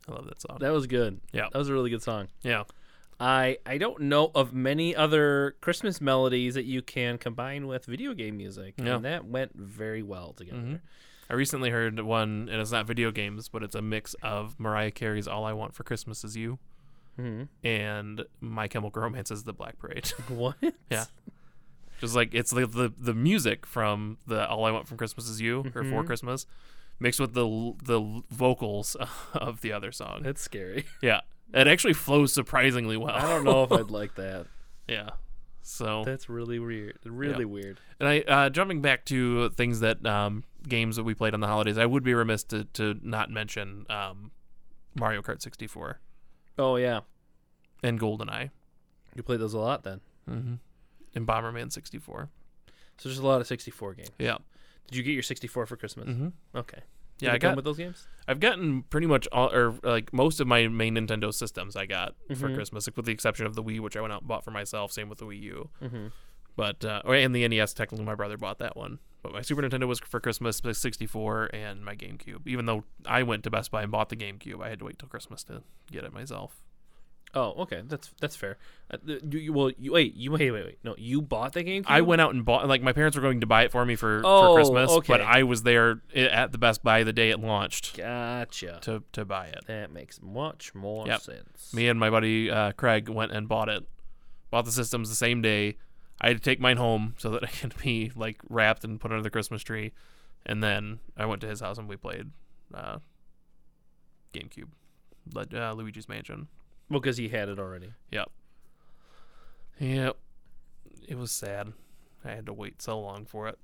[SPEAKER 2] I love that song.
[SPEAKER 1] That was good.
[SPEAKER 2] Yeah.
[SPEAKER 1] That was a really good song.
[SPEAKER 2] yeah.
[SPEAKER 1] I I don't know of many other Christmas melodies that you can combine with video game music.
[SPEAKER 2] Yeah. Mm-hmm.
[SPEAKER 1] And that went very well together.
[SPEAKER 2] I recently heard one, and it's not video games, but it's a mix of Mariah Carey's "All I Want for Christmas Is You"
[SPEAKER 1] Mm-hmm.
[SPEAKER 2] and My Chemical Romance's "The Black Parade."
[SPEAKER 1] What?
[SPEAKER 2] yeah, just like it's the, the the music from the "All I Want from Christmas Is You" or
[SPEAKER 1] Mm-hmm.
[SPEAKER 2] "For Christmas," mixed with the l- the l- vocals of the other song.
[SPEAKER 1] That's scary.
[SPEAKER 2] yeah, it actually flows surprisingly well.
[SPEAKER 1] I don't know if I'd like that.
[SPEAKER 2] yeah. So
[SPEAKER 1] That's really weird. Really
[SPEAKER 2] Yeah.
[SPEAKER 1] weird.
[SPEAKER 2] And I uh, jumping back to things that um, games that we played on the holidays, I would be remiss to, to not mention um, Mario Kart 64
[SPEAKER 1] Oh yeah.
[SPEAKER 2] and GoldenEye
[SPEAKER 1] You played those a lot then.
[SPEAKER 2] and Bomberman 64.
[SPEAKER 1] So just a lot of 64 games.
[SPEAKER 2] Yeah,
[SPEAKER 1] Did you get your 64 for Christmas? Okay. Did
[SPEAKER 2] Mm-hmm. yeah. I
[SPEAKER 1] it come
[SPEAKER 2] got,
[SPEAKER 1] with those games?
[SPEAKER 2] I've gotten pretty much all or like most of my main Nintendo systems I got for Christmas, like, with the exception of the Wii, which I went out and bought for myself. Same with the Wii U. But uh, or- and the NES, technically, my brother bought that one. But my Super Nintendo was for Christmas, the 64, and my GameCube. Even though I went to Best Buy and bought the GameCube, I had to wait till Christmas to get it myself.
[SPEAKER 1] Oh, okay, that's that's fair. Uh, th- you, you well, you, wait, you wait, wait, wait. No, you bought the GameCube.
[SPEAKER 2] I went out and bought. Like my parents were going to buy it for me for,
[SPEAKER 1] Oh,
[SPEAKER 2] for Christmas, but
[SPEAKER 1] okay.
[SPEAKER 2] I was there i- at the Best Buy the day it launched
[SPEAKER 1] Gotcha.
[SPEAKER 2] to to buy it.
[SPEAKER 1] That makes much more
[SPEAKER 2] Yep.
[SPEAKER 1] sense.
[SPEAKER 2] Me and my buddy uh, Craig went and bought it. Bought the systems the same day. I had to take mine home so that it could be like wrapped and put under the Christmas tree, and then I went to his house and we played uh, GameCube, like, uh, Luigi's Mansion.
[SPEAKER 1] Well, because he had it already.
[SPEAKER 2] Yep. Yep. It was sad. I had to wait so long for it.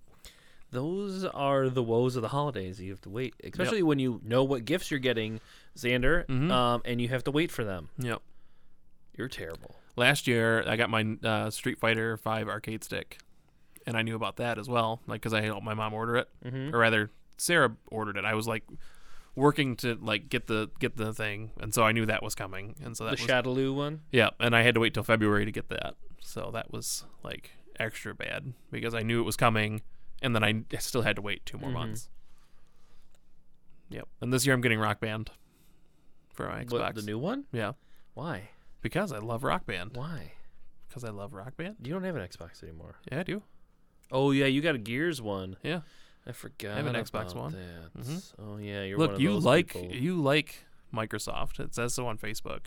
[SPEAKER 1] Those are the woes of the holidays. You have to wait, especially when you know what gifts you're getting, Xander,
[SPEAKER 2] Mm-hmm.
[SPEAKER 1] um, and you have to wait for them.
[SPEAKER 2] Yep.
[SPEAKER 1] You're terrible.
[SPEAKER 2] last year I got my uh, Street Fighter Five arcade stick, and I knew about that as well, like because I helped my mom order it,
[SPEAKER 1] Mm-hmm.
[SPEAKER 2] or rather Sarah ordered it. I was like working to like get the get the thing, and so I knew that was coming, and so that
[SPEAKER 1] The
[SPEAKER 2] was
[SPEAKER 1] Shadaloo one.
[SPEAKER 2] yeah, and I had to wait till February to get that, so that was like extra bad because I knew it was coming, and then I still had to wait two
[SPEAKER 1] Mm-hmm.
[SPEAKER 2] more months. Yep, and this year I'm getting Rock Band for my Xbox.
[SPEAKER 1] What, the new one?
[SPEAKER 2] yeah,
[SPEAKER 1] Why?
[SPEAKER 2] because I love Rock Band.
[SPEAKER 1] Why?
[SPEAKER 2] Because I love Rock Band.
[SPEAKER 1] You don't have an Xbox anymore.
[SPEAKER 2] Yeah, I do.
[SPEAKER 1] Oh yeah, you got a Gears one.
[SPEAKER 2] Yeah.
[SPEAKER 1] I forgot. I
[SPEAKER 2] have an Xbox One. Mm-hmm.
[SPEAKER 1] That. Oh yeah, you're one
[SPEAKER 2] Look,
[SPEAKER 1] of
[SPEAKER 2] you
[SPEAKER 1] those
[SPEAKER 2] like
[SPEAKER 1] people.
[SPEAKER 2] you like Microsoft. It says so on Facebook.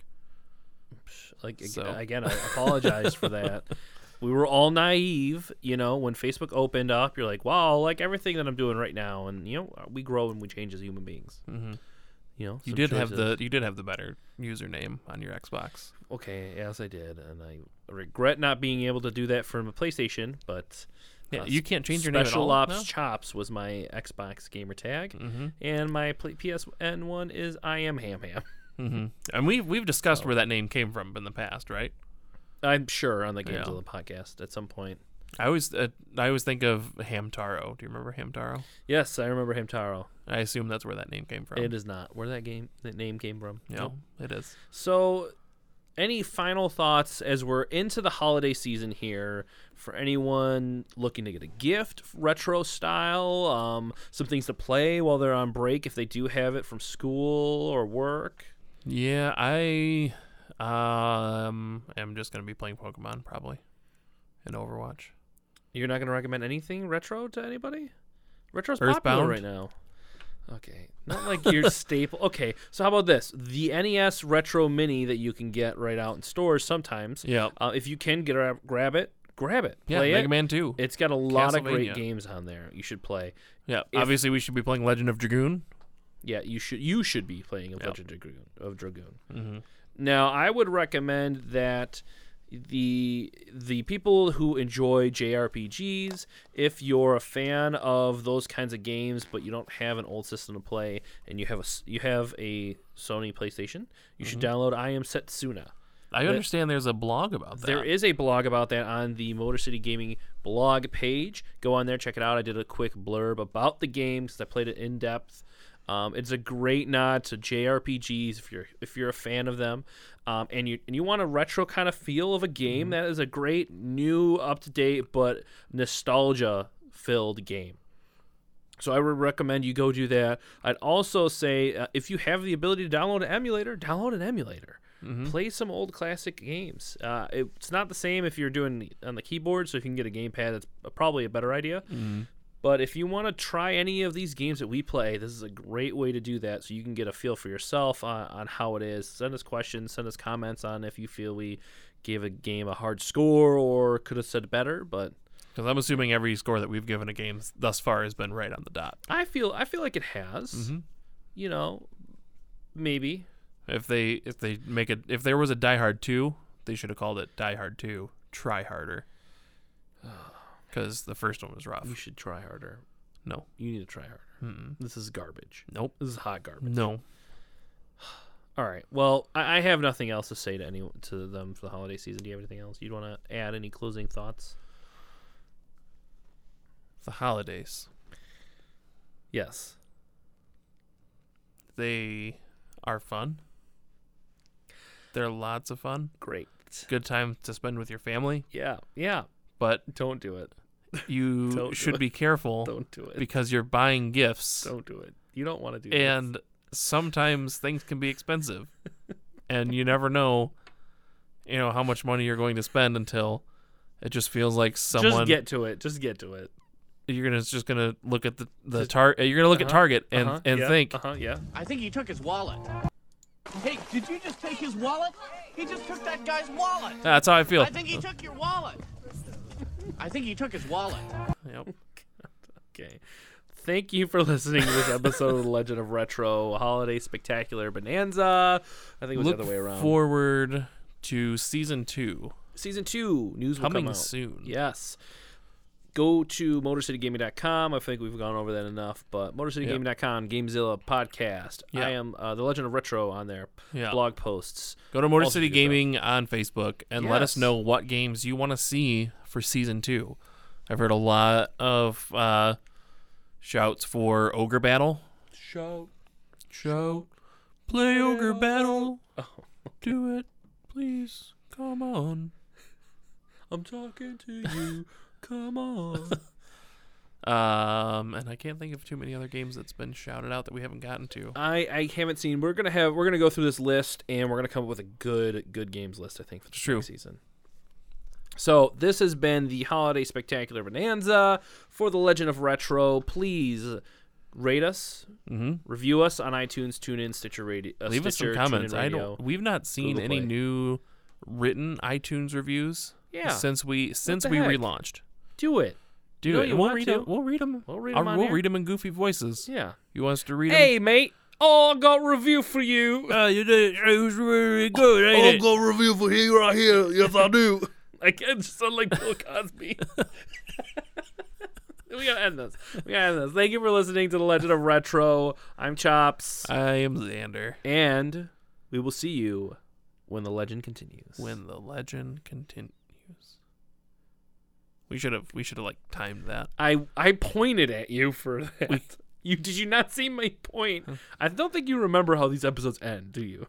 [SPEAKER 1] Like ag-
[SPEAKER 2] So.
[SPEAKER 1] again, I apologize for that. We were all naive, you know, when Facebook opened up. You're like, wow, I like everything that I'm doing right now, and you know, we grow and we change as human beings. Mm-hmm. You know,
[SPEAKER 2] You
[SPEAKER 1] some
[SPEAKER 2] did have the
[SPEAKER 1] choices-
[SPEAKER 2] you did have the better username on your Xbox.
[SPEAKER 1] okay, yes, I did, and I regret not being able to do that from a PlayStation. But
[SPEAKER 2] Yeah,
[SPEAKER 1] uh,
[SPEAKER 2] you
[SPEAKER 1] s-
[SPEAKER 2] can't change your
[SPEAKER 1] Special
[SPEAKER 2] name at all Mm-hmm.
[SPEAKER 1] Ops
[SPEAKER 2] now?
[SPEAKER 1] Chops was my Xbox gamer tag, and my pl- PSN one is I am Ham Ham.
[SPEAKER 2] And we we've
[SPEAKER 1] Oh.
[SPEAKER 2] discussed where that name came from in the past, right?
[SPEAKER 1] I'm sure on the Games
[SPEAKER 2] Yeah.
[SPEAKER 1] of the podcast at some point.
[SPEAKER 2] I always uh, I always think of Hamtaro. Do you remember Hamtaro?
[SPEAKER 1] Yes, I remember him, Taro.
[SPEAKER 2] I assume that's where that name came from.
[SPEAKER 1] It is not where that game that name came from.
[SPEAKER 2] No, it is.
[SPEAKER 1] So, any final thoughts as we're into the holiday season here for anyone looking to get a gift, retro style, um, some things to play while they're on break if they do have it from school or work.
[SPEAKER 2] Yeah, I um am just gonna be playing Pokemon probably, and Overwatch.
[SPEAKER 1] You're not going to recommend anything retro to anybody? Retro's popular
[SPEAKER 2] Earthbound?
[SPEAKER 1] right now. Okay, not like your staple. Okay, so how about this? The NES Retro Mini that you can get right out in stores sometimes.
[SPEAKER 2] Yep.
[SPEAKER 1] Uh, if you can get a, grab it, grab it.
[SPEAKER 2] Yeah,
[SPEAKER 1] Play
[SPEAKER 2] Mega
[SPEAKER 1] it.
[SPEAKER 2] Man Two.
[SPEAKER 1] It's got a lot of great
[SPEAKER 2] Castlevania.
[SPEAKER 1] games on there. You should play.
[SPEAKER 2] yeah, obviously we should be playing Legend of Dragoon.
[SPEAKER 1] Yeah, you should. You should be playing a Legend of Dragoon. Of Dragoon. Now, I would recommend that the the people who enjoy JRPGs, if you're a fan of those kinds of games, but you don't have an old system to play, and you have a s- you have a Sony PlayStation, you should download I Am Setsuna.
[SPEAKER 2] I understand there's a blog about that.
[SPEAKER 1] There is a blog about that on the Motor City Gaming blog page. Go on there, check it out. I did a quick blurb about the game because I played it in depth. Um, it's a great nod to JRPGs if you're if you're a fan of them, um, and you and you want a retro kind of feel of a game.
[SPEAKER 2] Mm-hmm.
[SPEAKER 1] that is a great new, up to date, but nostalgia filled game. So I would recommend you go do that. I'd also say uh, if you have the ability to download an emulator, download an emulator. Play some old classic games. Uh, it- it's not the same if you're doing the- on the keyboard, so if you can get a gamepad, that's probably a better idea. But if you want to try any of these games that we play, this is a great way to do that so you can get a feel for yourself on, on how it is. Send us questions, send us comments on if you feel we gave a game a hard score or could have said better, but
[SPEAKER 2] Because I'm assuming every score that we've given a game s- thus far has been right on the dot.
[SPEAKER 1] I feel I feel like it has. You know, maybe.
[SPEAKER 2] If they if they make it if there was a Die Hard two, they should have called it Die Hard two Try Harder. Because the first one was
[SPEAKER 1] You
[SPEAKER 2] rough.
[SPEAKER 1] should try harder.
[SPEAKER 2] No,
[SPEAKER 1] You need to try harder. This is garbage.
[SPEAKER 2] nope,
[SPEAKER 1] This is hot garbage.
[SPEAKER 2] no.
[SPEAKER 1] All right. Well, I, I have nothing else to say to any to them for the holiday season. Do you have anything else you'd want to add? Any closing thoughts?
[SPEAKER 2] The holidays
[SPEAKER 1] Yes.
[SPEAKER 2] they are fun. They're lots of fun.
[SPEAKER 1] Great.
[SPEAKER 2] Good time to spend with your family,
[SPEAKER 1] Yeah. Yeah.
[SPEAKER 2] but
[SPEAKER 1] Don't do it. Don't
[SPEAKER 2] you
[SPEAKER 1] do
[SPEAKER 2] should
[SPEAKER 1] it.
[SPEAKER 2] be careful
[SPEAKER 1] Don't do it.
[SPEAKER 2] because you're buying gifts.
[SPEAKER 1] Don't do it. You don't want to do this.
[SPEAKER 2] and sometimes things can be expensive and you never know you know how much money you're going to spend until it just feels like someone
[SPEAKER 1] Just get to it. Just get to it.
[SPEAKER 2] you're gonna just gonna look at the the target. You're gonna look at Target and
[SPEAKER 1] Uh-huh,
[SPEAKER 2] and
[SPEAKER 1] yeah,
[SPEAKER 2] think
[SPEAKER 1] Uh huh. Yeah.
[SPEAKER 3] I think he took his wallet. Hey, did you just take his wallet? He just took that guy's wallet.
[SPEAKER 2] "Ah, that's how I feel.
[SPEAKER 3] I think he took your wallet. I think he took his wallet.
[SPEAKER 2] Yep.
[SPEAKER 1] Okay. Thank you for listening to this episode of The Legend of Retro Holiday Spectacular Bonanza. I think it was
[SPEAKER 2] Look
[SPEAKER 1] the other way around.
[SPEAKER 2] forward to season two.
[SPEAKER 1] Season two news will
[SPEAKER 2] Coming
[SPEAKER 1] come out.
[SPEAKER 2] soon.
[SPEAKER 1] Yes. Go to MotorCityGaming.com. I think we've gone over that enough, but MotorCityGaming.com, Gamezilla podcast.
[SPEAKER 2] Yeah.
[SPEAKER 1] I am uh, the Legend of Retro on there.
[SPEAKER 2] Yeah.
[SPEAKER 1] Blog posts.
[SPEAKER 2] Go to Motor
[SPEAKER 1] Also
[SPEAKER 2] City
[SPEAKER 1] do that.
[SPEAKER 2] Gaming on Facebook and let us
[SPEAKER 1] Yes.
[SPEAKER 2] know what games you want to see for season two. I've heard a lot of uh, shouts for Ogre Battle. Shout, shout, play Ogre Battle. Do it, please. Come on.
[SPEAKER 1] I'm talking to you. Come on.
[SPEAKER 2] Um, and I can't think of too many other games that's been shouted out that we haven't gotten to.
[SPEAKER 1] I, I haven't seen. We're gonna have. We're gonna go through this list, and we're gonna come up with a good good games list. I think for the
[SPEAKER 2] True.
[SPEAKER 1] season. So this has been the holiday spectacular bonanza for the Legend of Retro. Please rate us, review us on iTunes, TuneIn, Stitcher Radio. Uh,
[SPEAKER 2] Mm-hmm. Leave us some
[SPEAKER 1] Stitcher,
[SPEAKER 2] comments.
[SPEAKER 1] TuneIn
[SPEAKER 2] I
[SPEAKER 1] Radio.
[SPEAKER 2] don't. We've not seen
[SPEAKER 1] Google
[SPEAKER 2] any
[SPEAKER 1] Play.
[SPEAKER 2] new written iTunes reviews.
[SPEAKER 1] Yeah.
[SPEAKER 2] Since we since
[SPEAKER 1] the
[SPEAKER 2] we
[SPEAKER 1] heck?
[SPEAKER 2] relaunched.
[SPEAKER 1] do it.
[SPEAKER 2] Do
[SPEAKER 1] know
[SPEAKER 2] it.
[SPEAKER 1] you
[SPEAKER 2] we'll
[SPEAKER 1] want
[SPEAKER 2] read
[SPEAKER 1] to.
[SPEAKER 2] them. We'll read them.
[SPEAKER 1] We'll read
[SPEAKER 2] I'll-
[SPEAKER 1] 'em on
[SPEAKER 2] We'll
[SPEAKER 1] air.
[SPEAKER 2] read 'em in goofy voices.
[SPEAKER 1] Yeah.
[SPEAKER 2] You want us to read
[SPEAKER 1] Hey, mate. Oh, I got a review for you.
[SPEAKER 2] them? you did it. It was really good, ain't it?
[SPEAKER 1] got a review for you right here. Yes, I do. I can't just sound like Bill Cosby. we gotta end this. We gotta end this. Thank you for listening to the Legend of Retro. I'm Chops,
[SPEAKER 2] I am Xander.
[SPEAKER 1] and we will see you when the legend continues.
[SPEAKER 2] When the legend continues. We should have we should have like timed that.
[SPEAKER 1] I I pointed at you for that. You did you not see my point? I don't think you remember how these episodes end, do you?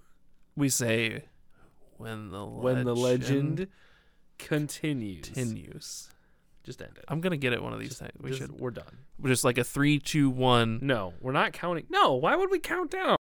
[SPEAKER 2] We say when the
[SPEAKER 1] When the legend continues,
[SPEAKER 2] continues.
[SPEAKER 1] just end it.
[SPEAKER 2] I'm gonna get it one of these times. We
[SPEAKER 1] Just-
[SPEAKER 2] should
[SPEAKER 1] We're done.
[SPEAKER 2] just like a three, two, one.
[SPEAKER 1] No, we're not counting. No, why would we count down?